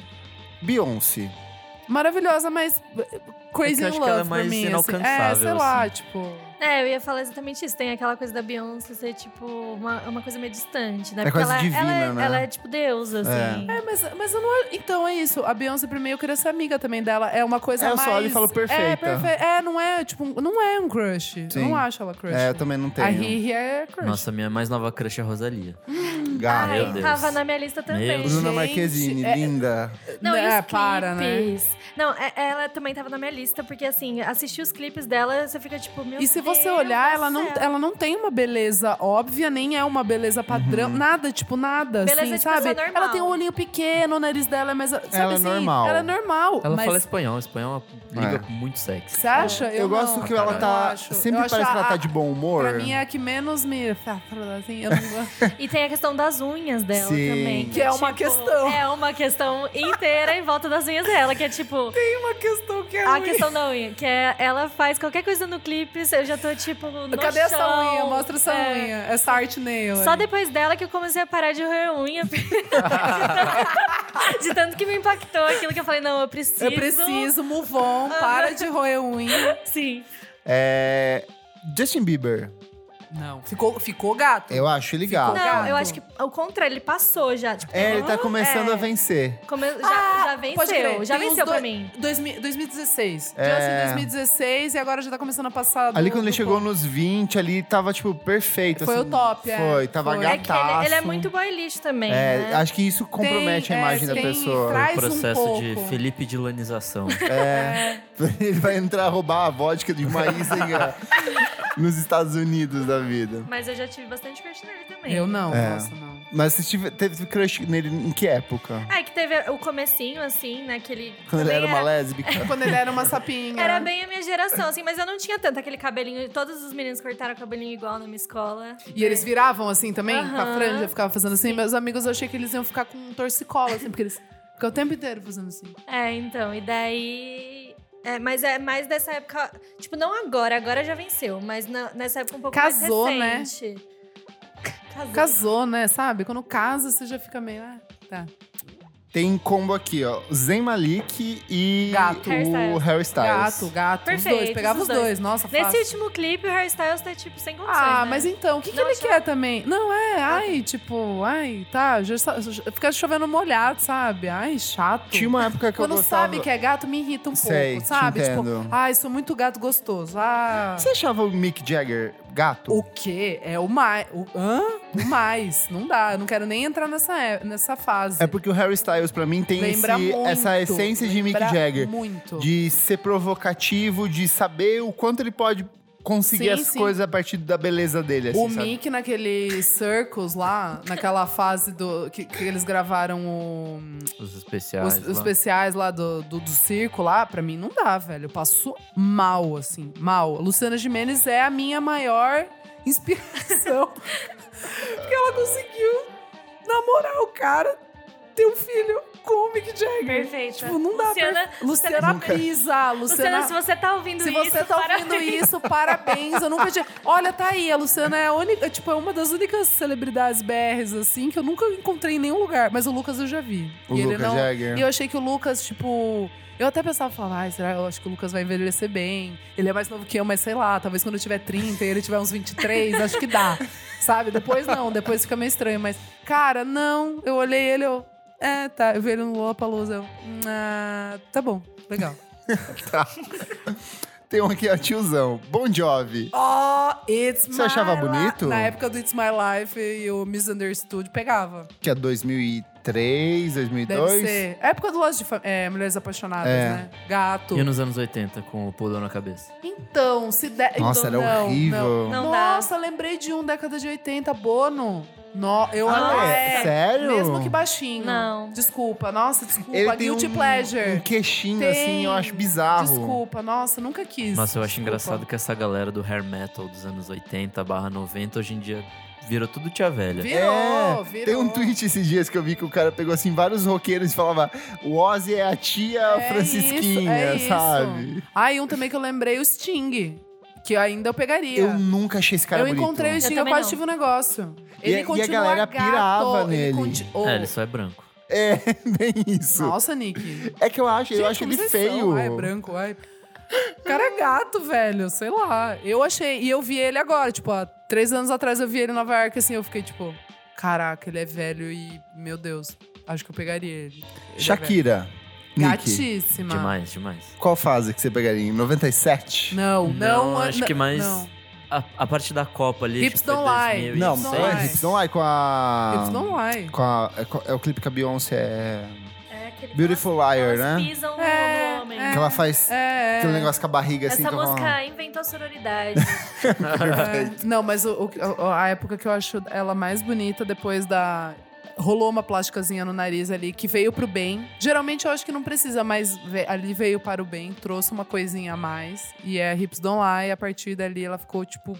[SPEAKER 2] Beyoncé.
[SPEAKER 1] Maravilhosa, mas uh, crazy
[SPEAKER 3] É que
[SPEAKER 1] in
[SPEAKER 3] eu acho
[SPEAKER 1] love
[SPEAKER 3] que ela
[SPEAKER 1] pra
[SPEAKER 3] é mais
[SPEAKER 1] mim. assim. É,
[SPEAKER 3] inalcançável,
[SPEAKER 1] sei lá,
[SPEAKER 3] assim.
[SPEAKER 1] tipo.
[SPEAKER 4] É, eu ia falar exatamente isso. Tem aquela coisa da Beyoncé ser, tipo, uma, uma coisa meio distante, né?
[SPEAKER 2] É
[SPEAKER 4] Porque
[SPEAKER 2] quase
[SPEAKER 4] ela,
[SPEAKER 2] divina,
[SPEAKER 4] ela, é-
[SPEAKER 2] né?
[SPEAKER 4] ela é, tipo, deusa, assim.
[SPEAKER 1] É, mas, mas eu não. Então é isso. A Beyoncé, pra mim, eu queria ser amiga também dela. É uma coisa
[SPEAKER 2] É, eu
[SPEAKER 1] mais.
[SPEAKER 2] só olho e falo,
[SPEAKER 1] É,
[SPEAKER 2] perfeita.
[SPEAKER 1] perfe... é, não é, tipo, um- não é um crush. Eu
[SPEAKER 2] Sim.
[SPEAKER 1] não acho ela crush.
[SPEAKER 2] É, eu também não tenho.
[SPEAKER 1] A Riri é crush.
[SPEAKER 3] Nossa, minha mais nova crush é a Rosalia.
[SPEAKER 1] Ah,
[SPEAKER 2] Gata.
[SPEAKER 3] Meu Deus.
[SPEAKER 4] Tava na minha lista também.
[SPEAKER 3] Meu Deus.
[SPEAKER 2] Bruna
[SPEAKER 1] gente,
[SPEAKER 2] Marquezine,
[SPEAKER 1] é-
[SPEAKER 2] linda.
[SPEAKER 4] Não, e
[SPEAKER 1] é,
[SPEAKER 4] os
[SPEAKER 1] para, né?
[SPEAKER 4] clipes? Não, é- ela também tava na minha lista, porque assim, assistir os clipes dela, você fica tipo, meu
[SPEAKER 1] E se você
[SPEAKER 4] Deus
[SPEAKER 1] olhar,
[SPEAKER 4] do
[SPEAKER 1] ela não,
[SPEAKER 4] céu.
[SPEAKER 1] ela não tem uma beleza óbvia, nem é uma
[SPEAKER 2] Uhum.
[SPEAKER 1] beleza padrão. Nada, tipo, nada.
[SPEAKER 4] Beleza
[SPEAKER 1] assim,
[SPEAKER 4] de pessoa
[SPEAKER 1] sabe?
[SPEAKER 4] normal.
[SPEAKER 1] Ela tem um olhinho pequeno, o nariz dela é mais. Sabe
[SPEAKER 2] Ela é
[SPEAKER 1] assim?
[SPEAKER 2] normal.
[SPEAKER 1] Ela é normal.
[SPEAKER 3] Ela
[SPEAKER 1] mas
[SPEAKER 3] fala espanhol, espanhol é uma língua
[SPEAKER 2] É.
[SPEAKER 3] muito sexy.
[SPEAKER 1] Você acha?
[SPEAKER 2] Eu, gosto
[SPEAKER 1] não.
[SPEAKER 2] que ela
[SPEAKER 1] Eu
[SPEAKER 2] tá.
[SPEAKER 1] acho.
[SPEAKER 2] Sempre
[SPEAKER 1] Eu acho
[SPEAKER 2] parece que ela
[SPEAKER 1] a-
[SPEAKER 2] tá de bom humor.
[SPEAKER 1] Pra mim é a que menos me. Assim, eu não gosto.
[SPEAKER 4] E tem a questão das unhas dela
[SPEAKER 2] Sim.
[SPEAKER 4] também.
[SPEAKER 1] Que é uma questão.
[SPEAKER 4] É uma questão inteira em volta das unhas dela, que é tipo.
[SPEAKER 1] tem uma questão que é
[SPEAKER 4] A
[SPEAKER 1] ruim.
[SPEAKER 4] questão da unha, que é ela faz qualquer coisa no clipe, eu já tô tipo. No
[SPEAKER 1] Cadê
[SPEAKER 4] chão.
[SPEAKER 1] essa unha? Mostra essa
[SPEAKER 4] É.
[SPEAKER 1] unha. Essa arte nail.
[SPEAKER 4] Só
[SPEAKER 1] aí.
[SPEAKER 4] depois dela que eu comecei a parar de roer unha. de tanto que me impactou aquilo que eu falei, não, eu preciso.
[SPEAKER 1] Eu preciso, move on, para de roer unha.
[SPEAKER 4] Sim.
[SPEAKER 2] É. Justin Bieber.
[SPEAKER 1] Não, ficou, ficou gato.
[SPEAKER 2] Eu acho ele
[SPEAKER 1] Ficou
[SPEAKER 2] gato.
[SPEAKER 4] Não,
[SPEAKER 1] gato.
[SPEAKER 4] eu acho que o contrário, ele passou já. Tipo,
[SPEAKER 2] Tá É, ele tá começando
[SPEAKER 4] é.
[SPEAKER 2] a vencer.
[SPEAKER 4] come- já,
[SPEAKER 1] Ah,
[SPEAKER 4] já
[SPEAKER 1] pode
[SPEAKER 4] venceu,
[SPEAKER 1] crer,
[SPEAKER 4] já
[SPEAKER 1] tem uns
[SPEAKER 4] venceu pra
[SPEAKER 1] dois-
[SPEAKER 4] mim.
[SPEAKER 1] 2000 2016.
[SPEAKER 2] É.
[SPEAKER 1] Justin 2016 assim, e agora já tá começando a passar. do-
[SPEAKER 2] Ali quando
[SPEAKER 1] do
[SPEAKER 2] ele chegou
[SPEAKER 1] ponto.
[SPEAKER 2] nos 20, ali tava, tipo, perfeito.
[SPEAKER 1] Foi
[SPEAKER 2] assim.
[SPEAKER 1] o top, é.
[SPEAKER 2] Foi, tava
[SPEAKER 1] Foi.
[SPEAKER 2] foi.
[SPEAKER 1] É
[SPEAKER 4] É que ele, ele é muito boy lixo também,
[SPEAKER 2] tá, É,
[SPEAKER 4] né?
[SPEAKER 2] acho que isso compromete
[SPEAKER 1] Tem,
[SPEAKER 2] a
[SPEAKER 1] é,
[SPEAKER 2] imagem da
[SPEAKER 1] tem-
[SPEAKER 2] pessoa.
[SPEAKER 1] traz
[SPEAKER 3] O
[SPEAKER 1] um
[SPEAKER 3] processo de
[SPEAKER 1] pouco.
[SPEAKER 3] Felipe de Lanização.
[SPEAKER 2] Ele vai entrar roubar a vodka de uma Isa em- nos Estados Unidos da vida.
[SPEAKER 4] Mas eu já tive bastante crush nele também.
[SPEAKER 1] Eu não,
[SPEAKER 2] É.
[SPEAKER 1] nossa, não.
[SPEAKER 2] Mas você tive- teve crush nele em que época?
[SPEAKER 4] Ah, é que teve o comecinho, assim, né? Que ele
[SPEAKER 2] Quando ele
[SPEAKER 4] também
[SPEAKER 2] era né? uma lésbica?
[SPEAKER 1] Quando ele era uma sapinha.
[SPEAKER 4] Era bem a minha geração, assim, mas eu não tinha tanto aquele cabelinho. Todos os meninos cortaram o cabelinho igual na minha escola.
[SPEAKER 1] E eles viravam assim também, com a
[SPEAKER 4] Aham.
[SPEAKER 1] franja, ficava fazendo assim. Meus amigos, eu achei que eles iam ficar com um torcicola, assim, porque eles ficam o tempo inteiro fazendo assim.
[SPEAKER 4] É, então, e daí. É, mas é mais dessa época. Tipo, não agora, agora já venceu, mas na- nessa época um pouco
[SPEAKER 1] Casou, né?
[SPEAKER 4] mais recente. Casou,
[SPEAKER 1] Casou, né? Sabe? Quando casa, você já fica meio. Ah, tá.
[SPEAKER 2] Tem combo aqui, ó. Zayn Malik e
[SPEAKER 1] Gato.
[SPEAKER 2] o Harry Styles.
[SPEAKER 1] Gato, gato.
[SPEAKER 4] Perfeito,
[SPEAKER 1] os dois. Pegava
[SPEAKER 4] os
[SPEAKER 1] os dois.
[SPEAKER 4] dois.
[SPEAKER 1] Nossa,
[SPEAKER 4] Nesse
[SPEAKER 1] é fácil.
[SPEAKER 4] último clipe, o hairstyles tá, tipo, sem condições.
[SPEAKER 1] Ah,
[SPEAKER 4] né?
[SPEAKER 1] mas então, o que, que
[SPEAKER 4] Não
[SPEAKER 1] ele
[SPEAKER 4] achava.
[SPEAKER 1] quer também? Não, é, ai, tipo, ai, tá, já, sa- já- fica chovendo molhado, sabe? Ai, chato.
[SPEAKER 2] Tinha uma época que
[SPEAKER 1] Quando
[SPEAKER 2] eu gostava...
[SPEAKER 1] sabe que é gato, me irrita um
[SPEAKER 2] Sei,
[SPEAKER 1] pouco,
[SPEAKER 2] te
[SPEAKER 1] sabe?
[SPEAKER 2] entendo.
[SPEAKER 1] Tipo, ai, sou muito gato gostoso. Ah.
[SPEAKER 2] Você achava o Mick Jagger gato?
[SPEAKER 1] O quê? É o mais. O, hã? o mais. Não dá. Eu não quero nem entrar nessa, é- nessa fase.
[SPEAKER 2] É porque o Harry Styles, pra mim, tem
[SPEAKER 1] Lembra
[SPEAKER 2] esse-
[SPEAKER 1] muito.
[SPEAKER 2] essa essência de Mick
[SPEAKER 1] lembra
[SPEAKER 2] Jagger.
[SPEAKER 1] Muito.
[SPEAKER 2] De ser provocativo, de saber o quanto ele pode conseguir
[SPEAKER 1] Sim,
[SPEAKER 2] as
[SPEAKER 1] sim.
[SPEAKER 2] coisas a partir da beleza dele, assim,
[SPEAKER 1] o
[SPEAKER 2] sabe?
[SPEAKER 1] Mick naquele Circles lá, naquela fase do que, que eles gravaram o-
[SPEAKER 3] Os
[SPEAKER 1] os,
[SPEAKER 3] especiais.
[SPEAKER 1] os
[SPEAKER 3] lá.
[SPEAKER 1] especiais lá do, do, do circo lá, pra mim não dá, velho. Eu passo mal, assim, mal. Luciana Gimenez é a minha maior inspiração. Porque ela conseguiu namorar o cara, ter um filho com o Mick Jagger.
[SPEAKER 4] Perfeita.
[SPEAKER 1] Tipo, não dá
[SPEAKER 4] Luciana-
[SPEAKER 1] pra... Luciana
[SPEAKER 2] Nunca.
[SPEAKER 1] Brisa,
[SPEAKER 4] Luciana, se
[SPEAKER 1] Luciana...
[SPEAKER 4] você tá ouvindo
[SPEAKER 1] Se
[SPEAKER 4] isso,
[SPEAKER 1] você tá
[SPEAKER 4] parabéns.
[SPEAKER 1] ouvindo isso, parabéns. Eu nunca tinha... Olha, tá aí, a Luciana é a única, tipo, é uma das únicas celebridades BRs, assim, que eu nunca encontrei em nenhum lugar. Mas o Lucas eu já vi.
[SPEAKER 2] O
[SPEAKER 1] e
[SPEAKER 2] Lucas
[SPEAKER 1] ele não,
[SPEAKER 2] Jagger.
[SPEAKER 1] e eu achei que o Lucas, tipo. Eu até pensava, falar, ah, será? Eu acho que o Lucas vai envelhecer bem. Ele é mais novo que eu, mas sei lá, talvez quando eu tiver 30 e ele tiver uns 23, acho que dá. Sabe? Depois não, depois fica meio estranho. Mas, cara, não. Eu olhei ele, eu. É, tá. Eu vi ele no Lollapalooza, eu. Ah, tá bom, legal.
[SPEAKER 2] Tem um aqui, ó, tiozão. Bon Jovi.
[SPEAKER 1] Oh, it's
[SPEAKER 2] Você
[SPEAKER 1] my
[SPEAKER 2] achava
[SPEAKER 1] li-
[SPEAKER 2] bonito?
[SPEAKER 1] Na época do It's My Life e o Misunderstood pegava.
[SPEAKER 2] Que é 2003,
[SPEAKER 1] Deve
[SPEAKER 2] 2002.
[SPEAKER 1] ser. Época do Lojas de Fam- é, Mulheres Apaixonadas,
[SPEAKER 2] É.
[SPEAKER 1] né? Gato.
[SPEAKER 3] E nos anos 80, com o pulão na cabeça.
[SPEAKER 1] Então, se der.
[SPEAKER 2] Nossa,
[SPEAKER 1] então,
[SPEAKER 2] era
[SPEAKER 1] não,
[SPEAKER 2] horrível.
[SPEAKER 1] Não.
[SPEAKER 4] Não dá.
[SPEAKER 1] Nossa, lembrei de um, década de 80, Bono. No, eu
[SPEAKER 2] Ah, é? Sério?
[SPEAKER 1] Mesmo que baixinho.
[SPEAKER 4] Não.
[SPEAKER 1] Desculpa, nossa, desculpa.
[SPEAKER 2] Ele tem
[SPEAKER 1] Guilty
[SPEAKER 2] um,
[SPEAKER 1] Pleasure.
[SPEAKER 2] um queixinho,
[SPEAKER 1] Tem.
[SPEAKER 2] assim, eu acho bizarro.
[SPEAKER 1] Desculpa, nossa, nunca quis.
[SPEAKER 3] Nossa, eu acho
[SPEAKER 1] Desculpa.
[SPEAKER 3] engraçado que essa galera do hair metal dos anos 80 barra 90, hoje em dia virou tudo tia velha.
[SPEAKER 1] Virou, virou.
[SPEAKER 2] Tem um tweet esses dias que eu vi que o cara pegou assim vários roqueiros e falava: o Ozzy é a tia
[SPEAKER 1] É
[SPEAKER 2] francisquinha,
[SPEAKER 1] isso, é isso.
[SPEAKER 2] sabe?
[SPEAKER 1] Ah, e um também que eu lembrei, o Sting. Que ainda eu pegaria.
[SPEAKER 2] Eu nunca achei esse cara
[SPEAKER 1] eu
[SPEAKER 2] bonito.
[SPEAKER 1] encontrei o Sting, eu
[SPEAKER 4] também
[SPEAKER 1] quase
[SPEAKER 4] não.
[SPEAKER 1] tive um negócio.
[SPEAKER 2] E-
[SPEAKER 1] Ele
[SPEAKER 2] e a
[SPEAKER 1] continua
[SPEAKER 2] galera
[SPEAKER 1] gato,
[SPEAKER 2] pirava
[SPEAKER 1] ele
[SPEAKER 2] nele.
[SPEAKER 1] conti- Oh,
[SPEAKER 3] É, ele só é branco.
[SPEAKER 2] É, bem isso.
[SPEAKER 1] Nossa, Nick.
[SPEAKER 2] É que eu acho, eu
[SPEAKER 1] Gente,
[SPEAKER 2] acho
[SPEAKER 1] como
[SPEAKER 2] ele
[SPEAKER 1] vocês
[SPEAKER 2] feio.
[SPEAKER 1] são? Ai, branco, ai. O cara é gato, velho. Sei lá. Eu achei. E eu vi ele agora, tipo, há três anos atrás eu vi ele em Nova York, assim, eu fiquei tipo, caraca, ele é velho e, meu Deus, acho que eu pegaria ele. Ele é
[SPEAKER 2] Shakira.
[SPEAKER 1] velho.
[SPEAKER 2] Nick,
[SPEAKER 1] Gatíssima.
[SPEAKER 3] Demais, demais.
[SPEAKER 2] qual fase que você pegaria? Em 97?
[SPEAKER 1] Não, não.
[SPEAKER 3] Não, acho
[SPEAKER 1] não,
[SPEAKER 3] que mais-
[SPEAKER 1] Não.
[SPEAKER 3] A, a parte da Copa ali.
[SPEAKER 1] Hips
[SPEAKER 3] tipo, foi
[SPEAKER 1] Don't Lie.
[SPEAKER 3] 2006.
[SPEAKER 2] Não,
[SPEAKER 1] Hips
[SPEAKER 2] não
[SPEAKER 1] Don't
[SPEAKER 2] é
[SPEAKER 1] Lie.
[SPEAKER 2] Hips Don't Lie com
[SPEAKER 3] Ah.
[SPEAKER 2] a.
[SPEAKER 1] Eles não lie.
[SPEAKER 2] Com a, é co- é, o clipe que a Beyoncé é.
[SPEAKER 4] É aquele
[SPEAKER 2] Beautiful Liar,
[SPEAKER 4] elas
[SPEAKER 2] né?
[SPEAKER 4] pisam no-
[SPEAKER 1] É,
[SPEAKER 4] no homem.
[SPEAKER 1] é.
[SPEAKER 2] Que ela faz
[SPEAKER 1] É.
[SPEAKER 2] aquele um negócio com a barriga assim.
[SPEAKER 4] Essa
[SPEAKER 2] com a-
[SPEAKER 4] música inventou sororidade.
[SPEAKER 1] É. Não, mas o- o- a época que eu acho ela mais bonita depois da. Rolou uma plásticazinha no nariz ali que veio pro bem. Geralmente eu acho que não precisa, mas ve- ali veio para o bem, trouxe uma coisinha a mais. E é Hips Don't Lie. E a partir dali ela ficou, tipo,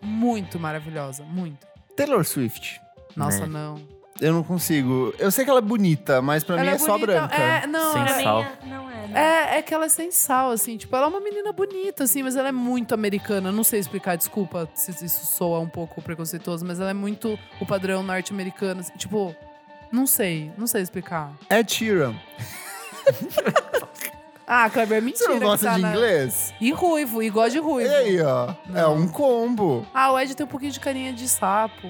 [SPEAKER 1] muito maravilhosa. Muito.
[SPEAKER 4] é-
[SPEAKER 2] Taylor Swift.
[SPEAKER 1] Nossa,
[SPEAKER 3] Né.
[SPEAKER 1] não.
[SPEAKER 2] Eu não consigo. Eu sei que ela é bonita, mas pra mim
[SPEAKER 1] ela
[SPEAKER 2] é, só
[SPEAKER 1] bonita,
[SPEAKER 2] branca.
[SPEAKER 1] É, não,
[SPEAKER 3] Sem
[SPEAKER 1] ela-
[SPEAKER 4] pra mim,
[SPEAKER 3] sal.
[SPEAKER 4] é- não é. né?
[SPEAKER 1] É, é que ela é sem sal, assim. Tipo, ela é uma menina bonita, assim, mas ela é muito americana. Eu Não sei explicar, desculpa se isso soa um pouco preconceituoso, mas ela é muito o padrão norte-americano. assim, tipo, não sei, não sei explicar.
[SPEAKER 2] É Sheeran.
[SPEAKER 1] Ah, Kleber, mentira.
[SPEAKER 2] Você não
[SPEAKER 1] que
[SPEAKER 2] gosta
[SPEAKER 1] tá
[SPEAKER 2] de
[SPEAKER 1] na-
[SPEAKER 2] inglês?
[SPEAKER 1] E ruivo, e gosta de ruivo.
[SPEAKER 2] E aí, ó. É
[SPEAKER 1] Não.
[SPEAKER 2] um combo.
[SPEAKER 1] Ah, o Ed tem um pouquinho de carinha de sapo.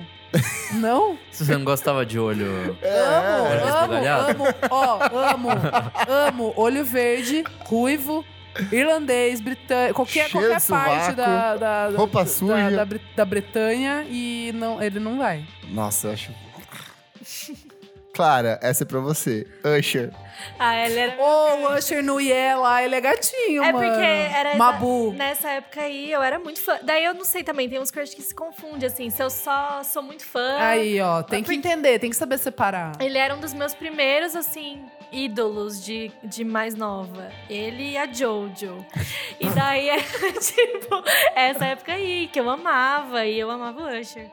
[SPEAKER 1] não?
[SPEAKER 3] Se você não gostava de olho.
[SPEAKER 2] É.
[SPEAKER 1] Amo,
[SPEAKER 3] Esbugalhado.
[SPEAKER 1] amo, amo. Ó, amo, amo. Olho verde, ruivo, irlandês, britânico. Qualquer,
[SPEAKER 2] Cheio
[SPEAKER 1] qualquer
[SPEAKER 2] de
[SPEAKER 1] parte
[SPEAKER 2] sovaco,
[SPEAKER 1] da, da,
[SPEAKER 2] roupa
[SPEAKER 1] da-
[SPEAKER 2] suja.
[SPEAKER 1] Da, Bri- da Bretanha e não, ele não vai.
[SPEAKER 2] Nossa, eu acho. Clara, essa é pra você. Usher.
[SPEAKER 1] É.
[SPEAKER 4] Ah, ela era.
[SPEAKER 1] Ô, o Usher no IE lá, ele é gatinho,
[SPEAKER 4] É
[SPEAKER 1] mano.
[SPEAKER 4] porque era.
[SPEAKER 1] Mabu.
[SPEAKER 4] Nessa época aí, eu era muito fã. Daí eu não sei também, tem uns crush que se confunde, assim. Se eu só sou muito fã.
[SPEAKER 1] Aí, ó,
[SPEAKER 4] É
[SPEAKER 1] tem que entender, tem que saber separar.
[SPEAKER 4] Ele era um dos meus primeiros, assim, ídolos de, de mais nova. Ele e a Jojo. E daí é, tipo, essa época aí, que eu amava. E eu amava o Usher.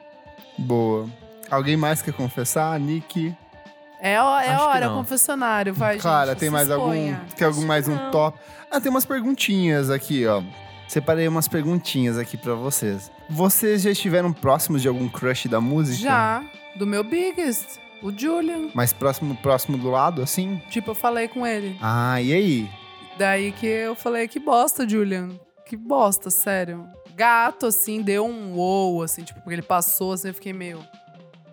[SPEAKER 2] Boa. Alguém mais quer confessar? Nick?
[SPEAKER 1] É, ó, é
[SPEAKER 3] Acho que
[SPEAKER 1] hora,
[SPEAKER 3] não.
[SPEAKER 1] confessionário, vai,
[SPEAKER 2] Clara,
[SPEAKER 1] gente.
[SPEAKER 2] tem
[SPEAKER 1] se
[SPEAKER 2] mais
[SPEAKER 1] exponha.
[SPEAKER 2] algum? Quer algum mais um
[SPEAKER 4] não.
[SPEAKER 2] top? Ah, tem umas perguntinhas aqui, ó. Separei umas perguntinhas aqui pra vocês. Vocês já estiveram próximos de algum crush da música?
[SPEAKER 1] Já, do meu biggest, o Julian.
[SPEAKER 2] Mais próximo, próximo do lado, assim?
[SPEAKER 1] Tipo, eu falei com ele.
[SPEAKER 2] Ah, e aí?
[SPEAKER 1] Daí que eu falei, que bosta, Julian. Que bosta, sério. Gato, assim, deu um wow, assim, tipo, porque ele passou, assim, eu fiquei meio.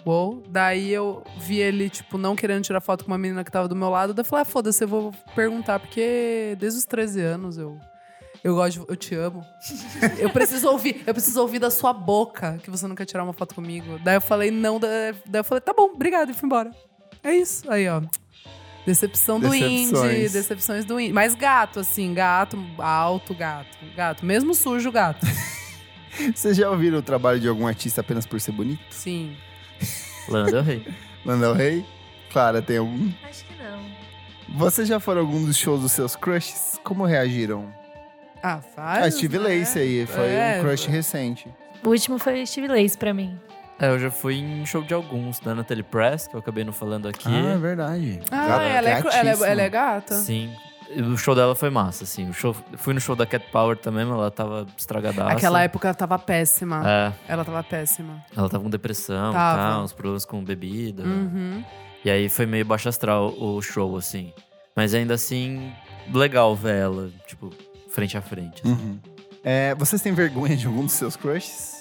[SPEAKER 1] Wow. Daí eu vi ele, tipo, não querendo tirar foto com uma menina que tava do meu lado. Daí eu falei, ah, foda-se, eu vou perguntar, porque desde os 13 anos eu. Eu gosto, de- eu te amo. Eu preciso ouvir, eu preciso ouvir da sua boca que você não quer tirar uma foto comigo. Daí eu falei, não, da- daí eu falei, tá bom, obrigado, e fui embora. É isso. Aí, ó. Decepção do indie,
[SPEAKER 2] Decepções.
[SPEAKER 1] decepções do indie. Mas gato, assim, gato, alto gato, gato. Mesmo sujo, gato.
[SPEAKER 2] Vocês já ouviram o trabalho de algum artista apenas por ser bonito?
[SPEAKER 1] Sim.
[SPEAKER 3] Lana Del Rey.
[SPEAKER 2] Mandel Rey? um Clara, tem algum?
[SPEAKER 4] Acho que não.
[SPEAKER 2] Vocês já foram a algum dos shows dos seus crushes? Como reagiram?
[SPEAKER 1] Ah,
[SPEAKER 2] Ah,
[SPEAKER 1] faz.
[SPEAKER 2] Steve
[SPEAKER 1] né?
[SPEAKER 2] Lace aí, foi
[SPEAKER 1] É,
[SPEAKER 2] um crush
[SPEAKER 1] foi.
[SPEAKER 2] recente.
[SPEAKER 4] O último foi Steve Lace pra mim.
[SPEAKER 3] É, eu já fui em show de alguns, da Natalie Press, que eu acabei não falando aqui.
[SPEAKER 2] Ah, é verdade.
[SPEAKER 1] Ah, ela é, cru- ela, é, ela é gata?
[SPEAKER 3] Sim. E O show dela foi massa, assim. O show, fui no show da Cat Power também, mas ela tava estragadaça.
[SPEAKER 1] Aquela época ela tava péssima.
[SPEAKER 3] É,
[SPEAKER 1] Ela tava péssima.
[SPEAKER 3] ela tava com depressão
[SPEAKER 1] Tava.
[SPEAKER 3] e tal, uns problemas com bebida.
[SPEAKER 1] Uhum.
[SPEAKER 3] E aí foi meio baixo astral o show, assim. Mas ainda assim, legal ver ela, tipo, frente a frente. assim.
[SPEAKER 2] Uhum. É, vocês têm vergonha de algum dos seus crushes?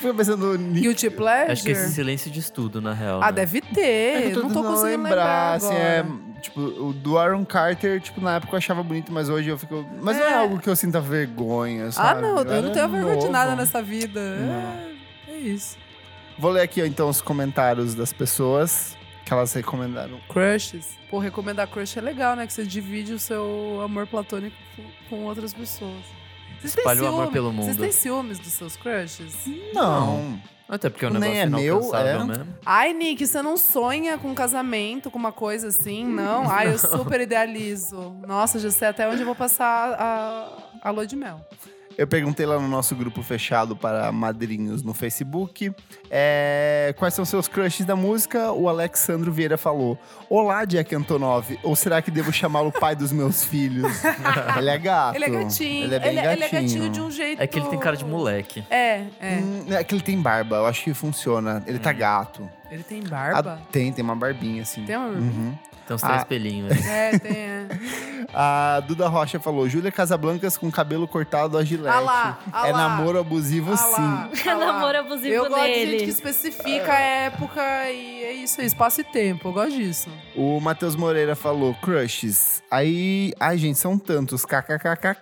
[SPEAKER 2] Fui pensando nisso.
[SPEAKER 1] Guilty Pleasure?
[SPEAKER 2] é
[SPEAKER 3] Acho que esse silêncio de estudo, na real.
[SPEAKER 1] Ah,
[SPEAKER 3] né?
[SPEAKER 1] deve ter. Eu não tô conseguindo lembrar.
[SPEAKER 2] assim,
[SPEAKER 1] agora.
[SPEAKER 2] é Tipo, o do Aaron Carter, tipo, na época eu achava bonito, mas hoje eu fico. Mas não é
[SPEAKER 1] É.
[SPEAKER 2] algo que eu sinta vergonha,
[SPEAKER 1] Ah,
[SPEAKER 2] sabe?
[SPEAKER 1] não, eu
[SPEAKER 2] era
[SPEAKER 1] não tenho vergonha de nada
[SPEAKER 2] novo.
[SPEAKER 1] nessa vida. É,
[SPEAKER 2] Não.
[SPEAKER 1] é isso.
[SPEAKER 2] Vou ler aqui, ó, então, os comentários das pessoas que elas recomendaram.
[SPEAKER 1] Crushes. Pô, recomendar crush é legal, né? Que você divide o seu amor platônico com- com outras pessoas. Vocês têm
[SPEAKER 3] Espalha o amor
[SPEAKER 1] ciúme-
[SPEAKER 3] pelo
[SPEAKER 1] Vocês
[SPEAKER 3] mundo.
[SPEAKER 1] têm ciúmes dos seus crushes?
[SPEAKER 2] Não.
[SPEAKER 3] Até porque o
[SPEAKER 2] Nem
[SPEAKER 3] negócio
[SPEAKER 2] é
[SPEAKER 3] não
[SPEAKER 2] meu, é.
[SPEAKER 3] mesmo.
[SPEAKER 1] Ai, Nick, você não sonha com um casamento, com uma coisa assim, não? Ai, eu super idealizo. Nossa, já sei até onde eu vou passar a, a lua de mel.
[SPEAKER 2] Eu perguntei lá no nosso grupo fechado para madrinhos no Facebook é, quais são seus crushes da música. O Alexandro Vieira falou: Olá, Jack Antonov. Ou será que devo chamá-lo pai dos meus filhos? ele é gato.
[SPEAKER 1] Ele é gatinho.
[SPEAKER 2] Ele é bem
[SPEAKER 1] ele é
[SPEAKER 2] gatinho.
[SPEAKER 1] gatinho de um jeito...
[SPEAKER 3] É que ele tem cara de moleque.
[SPEAKER 1] É, é.
[SPEAKER 2] Hum, É. que ele tem barba, eu acho que funciona. Ele tá gato.
[SPEAKER 1] Ele tem barba.
[SPEAKER 2] Ah, tem, tem uma barbinha assim.
[SPEAKER 1] Tem uma...
[SPEAKER 2] Uhum.
[SPEAKER 3] Tem uns três
[SPEAKER 2] Ah.
[SPEAKER 3] pelinhos. né?
[SPEAKER 1] É, tem... É.
[SPEAKER 2] A Duda Rocha falou: Júlia Casablancas com cabelo cortado a gilete.
[SPEAKER 1] Ah lá, ah
[SPEAKER 2] é
[SPEAKER 1] lá.
[SPEAKER 2] namoro abusivo,
[SPEAKER 1] Ah lá,
[SPEAKER 2] sim.
[SPEAKER 1] ah lá.
[SPEAKER 4] Namoro abusivo
[SPEAKER 1] Eu gosto de
[SPEAKER 4] dele.
[SPEAKER 1] gente que especifica a época e é isso, é espaço e tempo. Eu gosto disso.
[SPEAKER 2] O Matheus Moreira falou: crushes. Aí, ai, gente, são tantos, kkkk.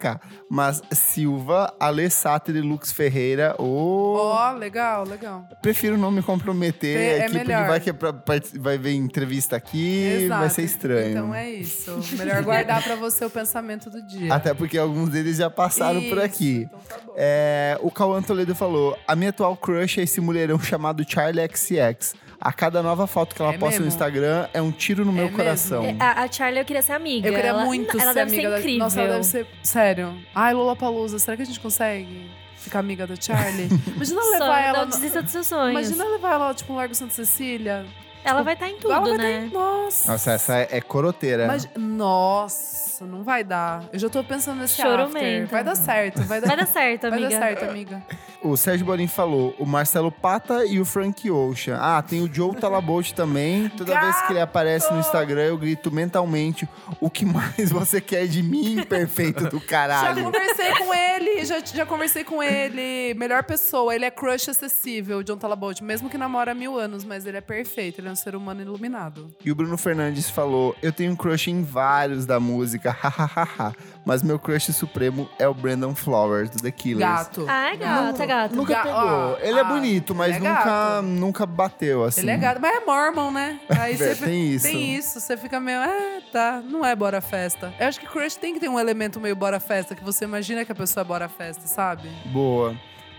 [SPEAKER 2] Mas Silva, Alê Sátira e Lux Ferreira, ô.
[SPEAKER 1] Ó, legal, legal.
[SPEAKER 2] Prefiro não me comprometer
[SPEAKER 1] É- é
[SPEAKER 2] aqui, porque
[SPEAKER 1] melhor.
[SPEAKER 2] vai, que é pra- partic- vai ver entrevista aqui,
[SPEAKER 1] Exato.
[SPEAKER 2] vai ser estranho.
[SPEAKER 1] Então é isso. Melhor guardar pra você o pensamento do dia.
[SPEAKER 2] Até porque alguns deles já passaram por
[SPEAKER 1] Isso,
[SPEAKER 2] aqui.
[SPEAKER 1] então tá bom.
[SPEAKER 2] É, o Cauã Toledo falou: A minha atual crush é esse mulherão chamado Charlie XX. A cada nova foto que ela
[SPEAKER 1] É
[SPEAKER 2] posta no
[SPEAKER 1] mesmo?
[SPEAKER 2] Instagram é um tiro no meu
[SPEAKER 1] mesmo?
[SPEAKER 2] coração.
[SPEAKER 4] É, A, a Charlie eu queria ser amiga.
[SPEAKER 1] Então- Eu queria
[SPEAKER 4] ela,
[SPEAKER 1] muito
[SPEAKER 4] ela
[SPEAKER 1] ser
[SPEAKER 4] deve
[SPEAKER 1] amiga
[SPEAKER 4] ser
[SPEAKER 1] da
[SPEAKER 4] incrível.
[SPEAKER 1] Nossa, ela deve ser. Sério. Ai, Lola Palusa, será que a gente consegue ficar amiga da Charlie? Imagina
[SPEAKER 4] Sonho,
[SPEAKER 1] levar ela.
[SPEAKER 4] Não
[SPEAKER 1] no-
[SPEAKER 4] desista dos seus sonhos.
[SPEAKER 1] Imagina levar ela, tipo, no Largo Santa Cecília.
[SPEAKER 4] ela vai estar em tudo,
[SPEAKER 1] ela vai tá
[SPEAKER 4] né?
[SPEAKER 1] Nossa.
[SPEAKER 2] Nossa, essa é, é coroteira.
[SPEAKER 1] Mas, nossa, não vai dar. Eu já tô pensando nesse after.
[SPEAKER 4] Choromenta.
[SPEAKER 1] Vai dar certo, vai dar,
[SPEAKER 4] Vai dar certo,
[SPEAKER 1] vai
[SPEAKER 4] amiga.
[SPEAKER 1] dar certo, amiga.
[SPEAKER 2] O Sérgio Borin falou: o Marcelo Pata e o Frank Ocean. Ah, tem o Joe Talabolt também. Toda vez que ele aparece no Instagram, eu grito mentalmente: o que mais você quer de mim, perfeito do
[SPEAKER 1] Já
[SPEAKER 2] caralho?
[SPEAKER 1] conversei com ele, já, já conversei com ele. Melhor pessoa, ele é crush acessível, John Talabolt. Mesmo que namora há mil anos, mas ele é perfeito, ele é um ser humano iluminado.
[SPEAKER 2] E o Bruno Fernandes falou: eu tenho um crush em vários da música, hahaha. Mas meu crush supremo é o Brandon Flowers, do The Killers.
[SPEAKER 1] Gato.
[SPEAKER 4] Ah, é gata, é gata.
[SPEAKER 2] Nunca
[SPEAKER 1] Ga-
[SPEAKER 2] pegou.
[SPEAKER 1] ó,
[SPEAKER 2] ele é
[SPEAKER 1] ah,
[SPEAKER 2] bonito, mas
[SPEAKER 1] ele é
[SPEAKER 2] nunca,
[SPEAKER 1] gato.
[SPEAKER 2] nunca bateu, assim.
[SPEAKER 1] Ele é gato, mas é mormon, né? Aí
[SPEAKER 2] É,
[SPEAKER 1] você fica-
[SPEAKER 2] tem isso.
[SPEAKER 1] Tem isso, você fica meio, ah, tá, não é bora festa. Eu acho que crush tem que ter um elemento meio bora festa, que você imagina que a pessoa é bora festa, sabe?
[SPEAKER 2] Boa.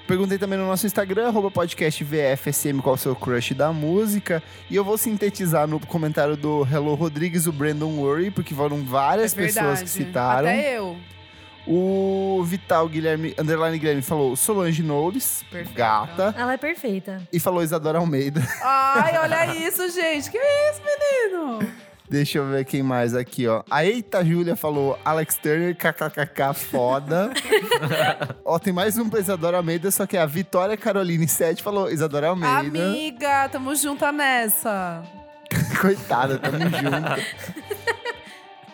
[SPEAKER 2] Perguntei também no nosso Instagram, arroba podcast VFSM, qual é o seu crush da música. E eu vou sintetizar no comentário do Hello Rodrigues, o Brandon Worry, porque foram várias
[SPEAKER 1] é
[SPEAKER 2] pessoas
[SPEAKER 1] verdade.
[SPEAKER 2] que citaram.
[SPEAKER 1] Até eu.
[SPEAKER 2] O Vital Guilherme, underline Guilherme, falou Solange Knowles,
[SPEAKER 1] Perfeita.
[SPEAKER 2] gata.
[SPEAKER 4] Ela é perfeita.
[SPEAKER 2] E falou Isadora Almeida.
[SPEAKER 1] Ai, olha isso, gente. Que isso, menino?
[SPEAKER 2] Deixa eu ver quem mais aqui, ó. A Eita Júlia falou Alex Turner, kkkk, foda. ó, tem mais um pra Isadora Almeida, só que a Vitória Caroline 7 falou Isadora Almeida.
[SPEAKER 1] Amiga, tamo junta nessa.
[SPEAKER 2] Coitada, tamo junto.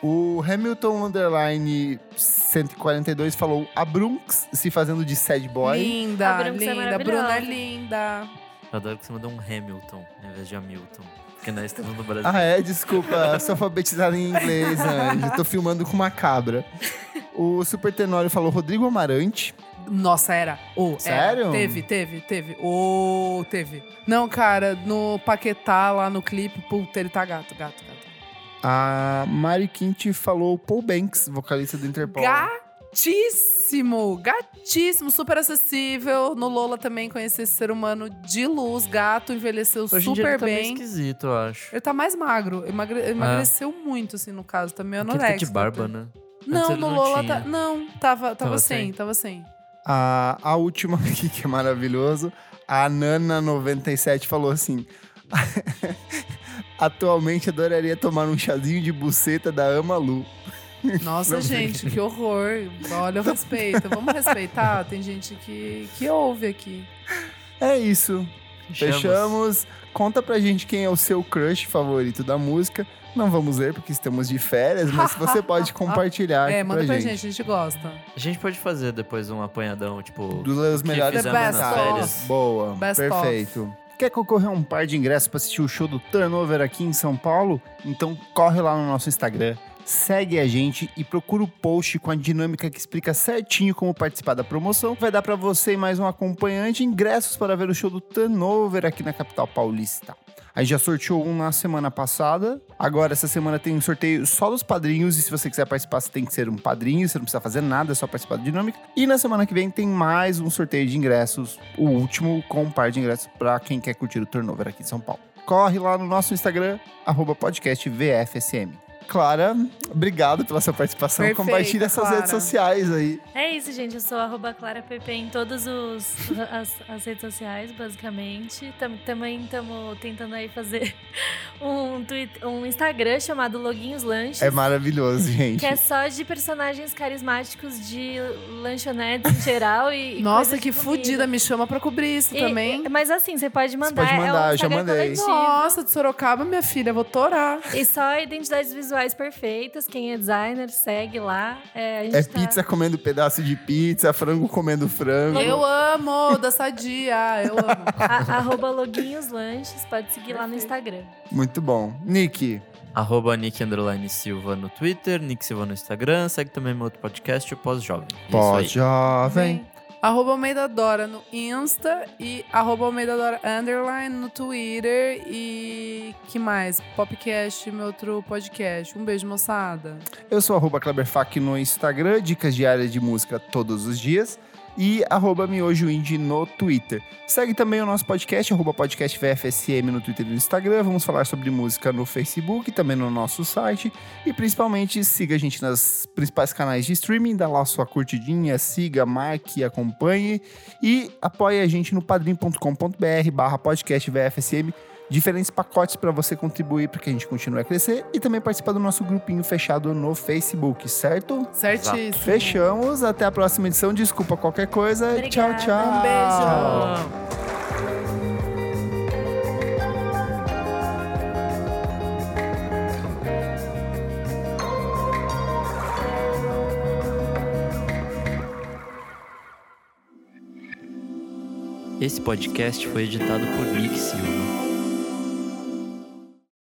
[SPEAKER 2] O Hamilton Underline 142 falou a Brunx se fazendo de sad boy.
[SPEAKER 1] Linda,
[SPEAKER 4] A Bruna é
[SPEAKER 1] linda.
[SPEAKER 4] maravilhosa.
[SPEAKER 1] Bruna é linda.
[SPEAKER 3] Eu adoro que você mandou um Hamilton ao invés de Hamilton. Porque nós estamos no Brasil.
[SPEAKER 2] Ah, é? Desculpa, sou alfabetizado em inglês, Anjo. Tô filmando com uma cabra. O Super Tenório falou Rodrigo Amarante.
[SPEAKER 1] Nossa, era. Oh,
[SPEAKER 2] Sério?
[SPEAKER 1] Era. Teve, teve, teve. Oh, teve. Não, cara, no Paquetá, lá no clipe, puta, ele tá gato, gato, gato.
[SPEAKER 2] A Mari Quinte falou Paul Banks, vocalista do Interpol.
[SPEAKER 1] Gatíssimo, gatíssimo, super acessível. No Lola também conheci esse ser humano de luz, gato, envelheceu
[SPEAKER 3] Hoje em dia ele
[SPEAKER 1] super
[SPEAKER 3] tá meio
[SPEAKER 1] bem.
[SPEAKER 3] esquisito, eu acho.
[SPEAKER 1] Ele tá mais magro, emagre- emagreceu muito, assim, no caso, tá meio
[SPEAKER 3] Porque ele tá
[SPEAKER 1] anoréxico.
[SPEAKER 3] de barba, né? Antes
[SPEAKER 1] Não,
[SPEAKER 3] ele
[SPEAKER 1] no
[SPEAKER 3] não
[SPEAKER 1] Lola tá,
[SPEAKER 3] tinha.
[SPEAKER 1] não, tava, tava,
[SPEAKER 3] Tava
[SPEAKER 1] sem,
[SPEAKER 3] sem?
[SPEAKER 1] tava sem.
[SPEAKER 2] A, a última aqui, que é maravilhoso, a Nana97 falou assim... Atualmente adoraria tomar um chazinho de buceta da Ama Lu.
[SPEAKER 1] Nossa,
[SPEAKER 2] Não,
[SPEAKER 1] gente, que horror. Olha, eu respeito. Vamos respeitar. Tem gente que, que ouve aqui.
[SPEAKER 2] É isso.
[SPEAKER 3] Fechamos.
[SPEAKER 2] Fechamos. Conta pra gente quem é o seu crush favorito da música. Não vamos ler porque estamos de férias, mas você pode compartilhar
[SPEAKER 1] É,
[SPEAKER 2] aqui
[SPEAKER 1] manda pra gente, a gente gosta.
[SPEAKER 3] A gente pode fazer depois um apanhadão, tipo...
[SPEAKER 2] Dos
[SPEAKER 3] que
[SPEAKER 2] melhores
[SPEAKER 3] fizemos
[SPEAKER 1] nas
[SPEAKER 2] comentários.
[SPEAKER 1] férias.
[SPEAKER 2] Boa,
[SPEAKER 1] Best
[SPEAKER 2] perfeito. Quer concorrer a um par de ingressos para assistir o show do Turnover aqui em São Paulo? Então corre lá no nosso Instagram, segue a gente e procura o post com a dinâmica que explica certinho como participar da promoção. Vai dar para você e mais um acompanhante ingressos para ver o show do Turnover aqui na capital paulista. A gente já sorteou um na semana passada. Agora, essa semana tem um sorteio só dos padrinhos. E se você quiser participar, você tem que ser um padrinho. Você não precisa fazer nada, é só participar da dinâmica. E na semana que vem tem mais um sorteio de ingressos. O último com um par de ingressos para quem quer curtir o turnover aqui em São Paulo. Corre lá no nosso Instagram, arroba podcast VFSM. Clara, obrigado pela sua participação.
[SPEAKER 1] Perfeito,
[SPEAKER 2] Compartilha essas
[SPEAKER 1] Clara.
[SPEAKER 2] redes sociais aí.
[SPEAKER 4] É isso, gente. Eu sou arroba ClaraPP em todas os, as, as redes sociais, basicamente. Tam- também estamos tentando aí fazer um, Twitter- um Instagram chamado Loguinhos Lanches.
[SPEAKER 2] É maravilhoso, gente.
[SPEAKER 4] que é só de personagens carismáticos de lanchonetes em geral e. e
[SPEAKER 1] Nossa,
[SPEAKER 4] coisas
[SPEAKER 1] que
[SPEAKER 4] de comida.
[SPEAKER 1] fudida, me chama pra cobrir isso
[SPEAKER 4] E-
[SPEAKER 1] também.
[SPEAKER 4] e- mas assim, você pode mandar.
[SPEAKER 2] pode mandar,
[SPEAKER 4] é um
[SPEAKER 2] eu já
[SPEAKER 4] Instagram
[SPEAKER 2] mandei.
[SPEAKER 4] coletivo.
[SPEAKER 1] Nossa, de Sorocaba, minha filha, vou torar.
[SPEAKER 4] E só identidades visuais perfeitas. Quem é designer, segue lá. É, a gente
[SPEAKER 2] É
[SPEAKER 4] tá-
[SPEAKER 2] pizza comendo pedaço de pizza, frango comendo frango.
[SPEAKER 1] Eu amo, da Sadia, eu amo.
[SPEAKER 4] a- arroba Loguinhos Lanches, pode seguir lá no Instagram.
[SPEAKER 2] Muito bom. Nick,
[SPEAKER 3] Arroba Nick Underline Silva no Twitter, Nick Silva no Instagram. Segue também meu outro podcast, o Pós-Jovem. É isso aí.
[SPEAKER 2] pós-jovem.
[SPEAKER 1] Arroba Almeida Dora no Insta e arroba Almeida Dora Underline no Twitter e que mais? Popcast, meu outro podcast. Um beijo, moçada.
[SPEAKER 2] Eu sou arroba Kleberfac no Instagram, dicas diárias de música todos os dias. E arroba miojoindie no Twitter. Segue também o nosso podcast, arroba podcast VFSM no Twitter e no Instagram. Vamos falar sobre música no Facebook, também no nosso site. E principalmente siga a gente nas principais canais de streaming, dá lá sua curtidinha, siga, marque, acompanhe. E apoie a gente no padrim.com.br barra podcast VFSM diferentes pacotes para você contribuir para que a gente continue a crescer e também participar do nosso grupinho fechado no Facebook, certo?
[SPEAKER 1] Certíssimo.
[SPEAKER 2] Fechamos, até a próxima edição. Desculpa qualquer coisa. Tchau,
[SPEAKER 4] Obrigada.
[SPEAKER 2] tchau.
[SPEAKER 1] Um beijo.
[SPEAKER 3] Tchau. Esse podcast foi editado por Nick Silva.